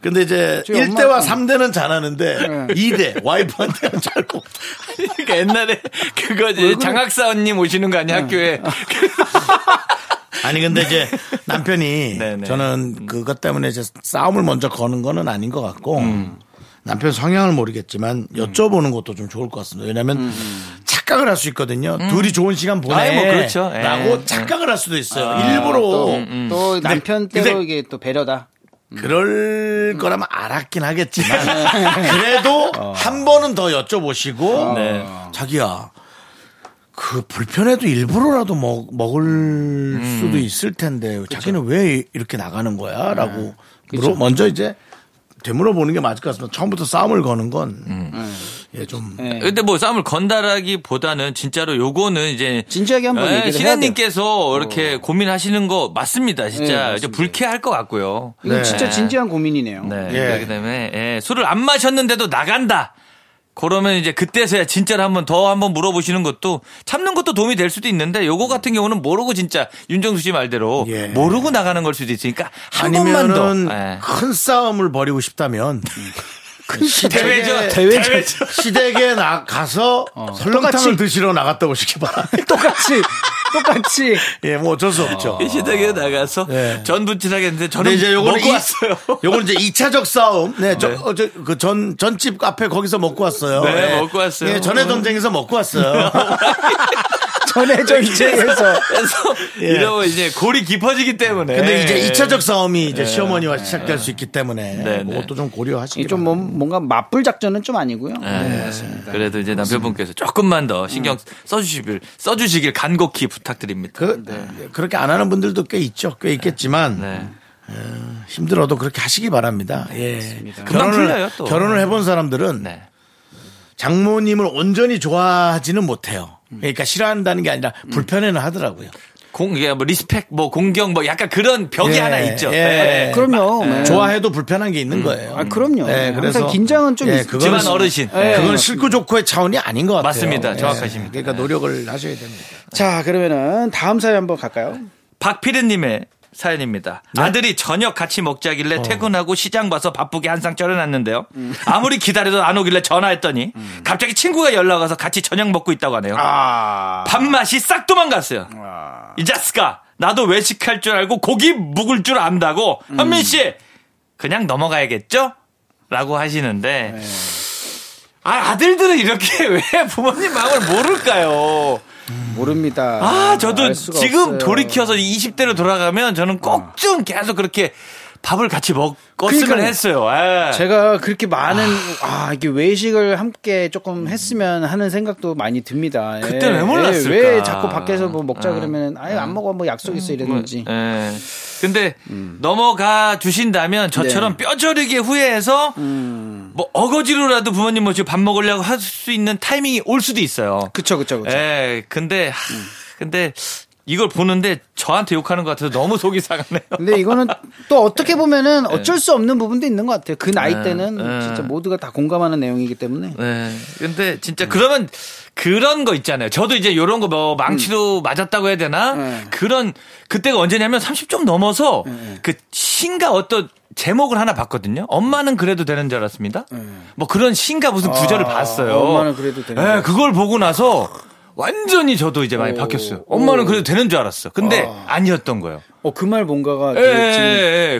Speaker 1: 근데 이제
Speaker 2: 저희
Speaker 1: 1대와
Speaker 2: 엄마-
Speaker 1: 3대는 잘하는데
Speaker 6: 네.
Speaker 1: 2대 와이프한테는 잘 못.
Speaker 6: 그러니까 옛날에 그거지 장학사 언님 오시는 거 아니야 학교에
Speaker 1: 아니 근데 이제 남편이
Speaker 6: 네, 네.
Speaker 1: 저는 그것 때문에 이제 싸움을 먼저 거는 거는 아닌 것 같고
Speaker 6: 음.
Speaker 1: 남편 성향을 모르겠지만 여쭤보는 것도 좀 좋을 것 같습니다. 왜냐하면 착각을 할 수 있거든요. 둘이 좋은 시간 보내
Speaker 6: 음, 아이, 뭐 그렇죠. 예. 아, 음,
Speaker 1: 라고 착각을 할 수도 있어요. 일부러
Speaker 2: 또, 또
Speaker 1: 근데-
Speaker 2: 남편 때로
Speaker 1: 근데
Speaker 2: 이게 또 배려다.
Speaker 1: 그럴 거라면 알았긴 하겠지만 그래도 한 번은 더 여쭤보시고 어,
Speaker 6: 네.
Speaker 1: 자기야 그 불편해도 일부러라도 먹, 먹을 수도 있을 텐데 자기는 왜 이렇게 나가는 거야라고 물어 먼저 이제 되물어보는 게 맞을 것 같습니다. 처음부터 싸움을 거는 건 예좀
Speaker 2: 네.
Speaker 6: 근데 뭐 싸움을 건다라기보다는 진짜로 요거는 이제
Speaker 2: 진지하게 한번
Speaker 6: 예,
Speaker 2: 얘기를 해야 돼요. 어.
Speaker 6: 신혜님께서 이렇게 고민하시는 거 맞습니다
Speaker 2: 네,
Speaker 6: 진짜
Speaker 2: 맞습니다.
Speaker 6: 이제 불쾌할 것 같고요
Speaker 2: 이건 진짜
Speaker 6: 네.
Speaker 2: 진지한 고민이네요.
Speaker 6: 네
Speaker 1: 예.
Speaker 6: 그렇기 때문에 예, 술을 안 마셨는데도 나간다 그러면 이제 그때서야 진짜로 한번 더 한번 물어보시는 것도 참는 것도 도움이 될 수도 있는데 요거 같은 경우는 모르고 진짜 윤정수 씨 말대로
Speaker 1: 예.
Speaker 6: 모르고 나가는 걸 수도 있으니까 한 번만 더
Speaker 1: 아니면은
Speaker 6: 예.
Speaker 1: 큰 싸움을 벌이고 싶다면 시댁에
Speaker 6: 대회전, 어.
Speaker 1: 대회전 시댁에 나가서 설렁탕을
Speaker 2: 똑같이.
Speaker 1: 드시러 나갔다 오시기 바랍니다.
Speaker 2: 똑같이 똑같이
Speaker 1: 예, 뭐 어쩔 수 없죠.
Speaker 6: 이 시댁에 나가서
Speaker 1: 예.
Speaker 6: 전 부치하겠는데 저는
Speaker 1: 근데 이제 요거는
Speaker 6: 먹고
Speaker 1: 이-
Speaker 6: 왔어요.
Speaker 1: 요거는 이제 2차적 싸움. 네, 저, 어, 저, 그 전, 전집 앞에 거기서 먹고 왔어요.
Speaker 6: 네, 먹고 왔어요.
Speaker 1: 예, 전에 전쟁에서 먹고 왔어요.
Speaker 2: 전해져 이제에서
Speaker 6: 그래서 이러면 이제 골이 깊어지기 때문에. 예.
Speaker 1: 근데 이제 2차적 싸움이 이제 시어머니와 시작될 수 있기 때문에
Speaker 6: 네,
Speaker 1: 그것도 좀 고려하시기
Speaker 2: 좀
Speaker 1: 바랍니다.
Speaker 2: 뭐- 뭔가 맞불 작전은 좀 아니고요.
Speaker 6: 네, 그래도 이제 남편분께서 조금만 더 신경 써주시길 써주시길 간곡히 부탁드립니다.
Speaker 1: 그, 그렇게 안 하는 분들도 꽤 있죠. 꽤 있겠지만
Speaker 6: 네.
Speaker 1: 힘들어도 그렇게 하시기 바랍니다. 예.
Speaker 6: 금방 풀려요, 또.
Speaker 1: 결혼을 해본 사람들은
Speaker 6: 네.
Speaker 1: 장모님을 온전히 좋아하지는 못해요. 그러니까 싫어한다는 게 아니라
Speaker 6: 음.
Speaker 1: 불편해는 하더라고요.
Speaker 6: 공 이게 뭐 리스펙 뭐 공경 뭐 약간 그런 벽이
Speaker 1: 예,
Speaker 6: 하나 있죠.
Speaker 1: 예.
Speaker 6: 네. 음.
Speaker 2: 그럼요. 네.
Speaker 1: 좋아해도 불편한 게 있는 거예요.
Speaker 2: 아, 그럼요.
Speaker 1: 네,
Speaker 2: 항상
Speaker 1: 그래서
Speaker 2: 긴장은 좀 있-
Speaker 1: 그건
Speaker 6: 집안
Speaker 1: 실-
Speaker 6: 어르신.
Speaker 1: 예,
Speaker 6: 네.
Speaker 1: 그건 싫고 좋고의 차원이 아닌 것 같아요.
Speaker 6: 맞습니다.
Speaker 1: 예,
Speaker 6: 정확하십니다. 네.
Speaker 1: 그러니까 노력을 하셔야 됩니다.
Speaker 2: 자 그러면은 다음 사연 한번 갈까요?
Speaker 6: 박피디님의 사연입니다. 아들이 저녁 같이 먹자길래 퇴근하고 시장 봐서 바쁘게 한상 쩔어놨는데요. 아무리 기다려도 안 오길래 전화했더니 갑자기 친구가 연락 와서 같이 저녁 먹고 있다고 하네요. 밥맛이 싹 도망갔어요. 이 자스가 나도 외식할 줄 알고 고기 묵을 줄 안다고 현민 씨 그냥 넘어가야겠죠? 라고 하시는데 아, 아들들은 이렇게 왜 부모님 마음을 모를까요?
Speaker 2: 모릅니다.
Speaker 6: 아, 저도
Speaker 2: 알 수가
Speaker 6: 지금
Speaker 2: 없어요. 어.
Speaker 6: 돌이켜서 20대로 돌아가면 저는 꼭 좀 계속 그렇게 밥을 같이 먹었으면
Speaker 2: 그러니까요.
Speaker 6: 했어요. 예.
Speaker 2: 제가 그렇게 많은 아 이게 외식을 함께 조금 했으면 하는 생각도 많이 듭니다. 예.
Speaker 6: 그때는 왜
Speaker 2: 예,
Speaker 6: 몰랐을까?
Speaker 2: 왜 자꾸 밖에서 뭐 먹자
Speaker 6: 아.
Speaker 2: 그러면 아예 안 먹어 뭐 약속 있어 이러든지.
Speaker 6: 예.
Speaker 2: 음.
Speaker 6: 근데 넘어가 주신다면 저처럼
Speaker 2: 네.
Speaker 6: 뼈저리게 후회해서
Speaker 2: 음.
Speaker 6: 뭐 어거지로라도 부모님 모시고 밥 먹으려고 할 수 있는 타이밍이 올 수도 있어요.
Speaker 2: 그쵸 그쵸 그쵸.
Speaker 6: 예. 근데 하,
Speaker 2: 음.
Speaker 6: 근데 이걸 보는데 저한테 욕하는 것 같아서 너무 속이 상하네요.
Speaker 2: 근데 이거는 또 어떻게 보면은 어쩔 수 없는 부분도 있는 것 같아요. 그 나이
Speaker 6: 네,
Speaker 2: 때는
Speaker 6: 네.
Speaker 2: 진짜 모두가 다 공감하는 내용이기 때문에.
Speaker 6: 네. 근데 진짜 그러면 그런 거 있잖아요. 저도 이제 요런 거 뭐
Speaker 2: 음.
Speaker 6: 망치로 맞았다고 해야 되나?
Speaker 2: 네.
Speaker 6: 그런 그때가 언제냐면 30 좀 넘어서
Speaker 2: 예,
Speaker 6: 그 신가 어떤 제목을 하나 봤거든요. 엄마는 그래도 되는 줄 알았습니다. 뭐 그런 신가 무슨 구절을 봤어요.
Speaker 2: 예. 아, 엄마는 그래도 되는 줄
Speaker 6: 예, 그걸 보고 나서 완전히 저도 이제 많이 바뀌었어요. 엄마는 그래도 되는 줄 알았어. 근데 아니었던 거예요.
Speaker 2: 어 그 말 뭔가가
Speaker 6: 예,
Speaker 2: 되게 지금
Speaker 6: 예, 예.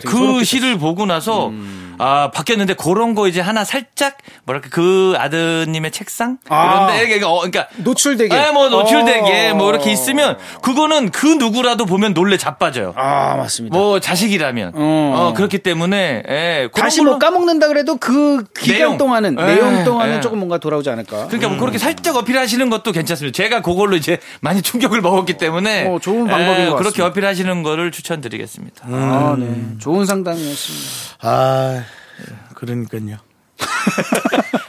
Speaker 2: 되게
Speaker 6: 그
Speaker 2: 소름 음.
Speaker 6: 시를 보고 나서 아 바뀌었는데 그런 거 이제 하나 살짝 뭐랄까 그 아드님의 책상
Speaker 2: 아.
Speaker 6: 이런데 이게 어, 그러니까
Speaker 2: 노출되게.
Speaker 6: 예, 뭐 노출되게
Speaker 2: 어.
Speaker 6: 뭐 이렇게 있으면 그거는 그 누구라도 보면 놀래 자빠져요.
Speaker 2: 아 맞습니다.
Speaker 6: 뭐 자식이라면
Speaker 2: 어.
Speaker 6: 어, 그렇기 때문에 예, 그런
Speaker 2: 다시 못
Speaker 6: 걸로-
Speaker 2: 까먹는다 그래도 그 기간
Speaker 6: 내용.
Speaker 2: 동안은
Speaker 6: 예,
Speaker 2: 내용 동안은
Speaker 6: 예.
Speaker 2: 조금 뭔가 돌아오지 않을까.
Speaker 6: 그러니까 뭐
Speaker 2: 음.
Speaker 6: 그렇게 살짝 어필하시는 것도 괜찮습니다. 제가 그걸로 이제 많이 충격을 먹었기 때문에 예,
Speaker 2: 어, 좋은 방법인 것
Speaker 6: 그렇게
Speaker 2: 같습니다.
Speaker 6: 어필하시는 거를 추천드리겠습니다.
Speaker 2: 아, 네. 좋은 상담이었습니다.
Speaker 1: 아, 그러니까요.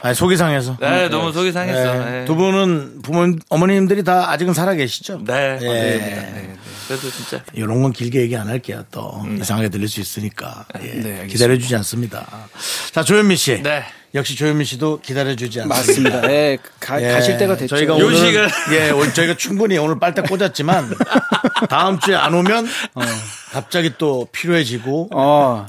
Speaker 1: 아니, 속이 상해서.
Speaker 6: 네, 너무 속이 상했어.
Speaker 1: 예.
Speaker 6: 예.
Speaker 1: 두 분은 부모님, 어머님들이 다 아직은 살아 계시죠?
Speaker 6: 네.
Speaker 1: 예.
Speaker 6: 그래도 진짜
Speaker 1: 이런 건 길게 얘기 안 할게요.
Speaker 6: 음.
Speaker 1: 또 이상하게 들릴 수 있으니까 예, 기다려주지 않습니다. 자 조현미 씨,
Speaker 6: 네.
Speaker 1: 역시 조현민 씨도 기다려주지 않습니다.
Speaker 2: 맞습니다. 예, 가,
Speaker 1: 예,
Speaker 2: 가실 때가 됐죠.
Speaker 1: 저희가
Speaker 6: 요
Speaker 1: 오늘
Speaker 6: 시간.
Speaker 1: 예, 오늘 저희가 충분히 오늘 빨대 꽂았지만 다음 주에 안 오면 어, 갑자기 또 필요해지고
Speaker 2: 어,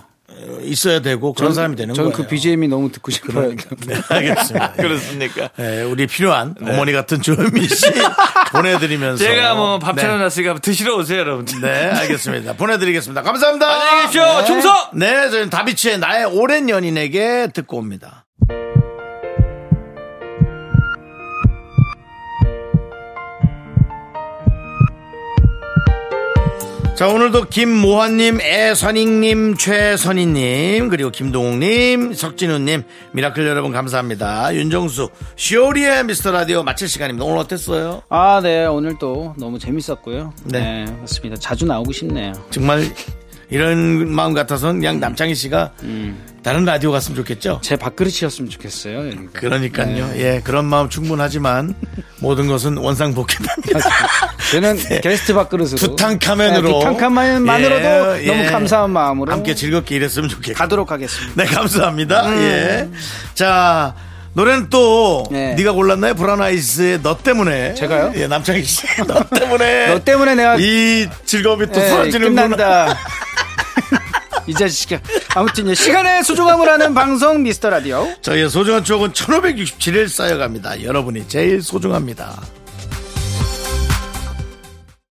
Speaker 1: 있어야 되고 그런 사람이 되는
Speaker 2: 저는
Speaker 1: 거예요.
Speaker 2: 그 BGM이 너무 듣고 싶어요.
Speaker 1: 네, 알겠습니다.
Speaker 6: 그렇습니까?
Speaker 1: 예, 우리 필요한 어머니 같은 조현민 씨 보내드리면서
Speaker 6: 네. 제가 뭐 밥
Speaker 1: 네.
Speaker 6: 차려놨으니까 드시러 오세요, 여러분들.
Speaker 1: 네, 알겠습니다. 보내드리겠습니다. 감사합니다.
Speaker 6: 안녕히 계십시오. 충성!
Speaker 1: 네, 저희는 다비치의 나의 오랜 연인에게 듣고 옵니다. 자, 오늘도 김모환님, 애선익님, 최선희님, 그리고 김동욱님, 석진우님, 미라클 여러분 감사합니다. 윤정수, 쇼리의 미스터 라디오 마칠 시간입니다. 오늘 어땠어요?
Speaker 2: 아, 네, 오늘 또 너무 재밌었고요.
Speaker 1: 네.
Speaker 2: 네, 맞습니다. 자주 나오고 싶네요.
Speaker 1: 정말 이런 마음 같아서는 그냥 남창희 씨가
Speaker 2: 음.
Speaker 1: 다른 라디오 갔으면 좋겠죠.
Speaker 2: 제 밥그릇이었으면 좋겠어요. 여기가.
Speaker 1: 그러니까요.
Speaker 2: 네.
Speaker 1: 예, 그런 마음 충분하지만 모든 것은 원상복귀입니다.
Speaker 2: 저는
Speaker 1: 네.
Speaker 2: 게스트 밥그릇으로
Speaker 1: 투탕카멘으로
Speaker 2: 네, 투탕카멘만으로도
Speaker 1: 예, 예.
Speaker 2: 너무 감사한 마음으로
Speaker 1: 함께 즐겁게 일했으면 좋겠고.
Speaker 2: 가도록 하겠습니다. 음.
Speaker 1: 네, 감사합니다. 예. 자, 노래는 또
Speaker 2: 네.
Speaker 1: 네가 골랐나요? 브라나이스의 너 때문에.
Speaker 2: 제가요?
Speaker 1: 예, 남창희 씨. 너 때문에.
Speaker 2: 너 때문에 내가
Speaker 1: 네. 이 즐거움이 또
Speaker 2: 에이,
Speaker 1: 사라지는구나.
Speaker 2: 끝난다. 이 자식아. 아무튼 요 시간의 소중함을 아는 방송 미스터 라디오.
Speaker 1: 저희의 소중한 추억은 1567일 쌓여갑니다. 여러분이 제일 소중합니다.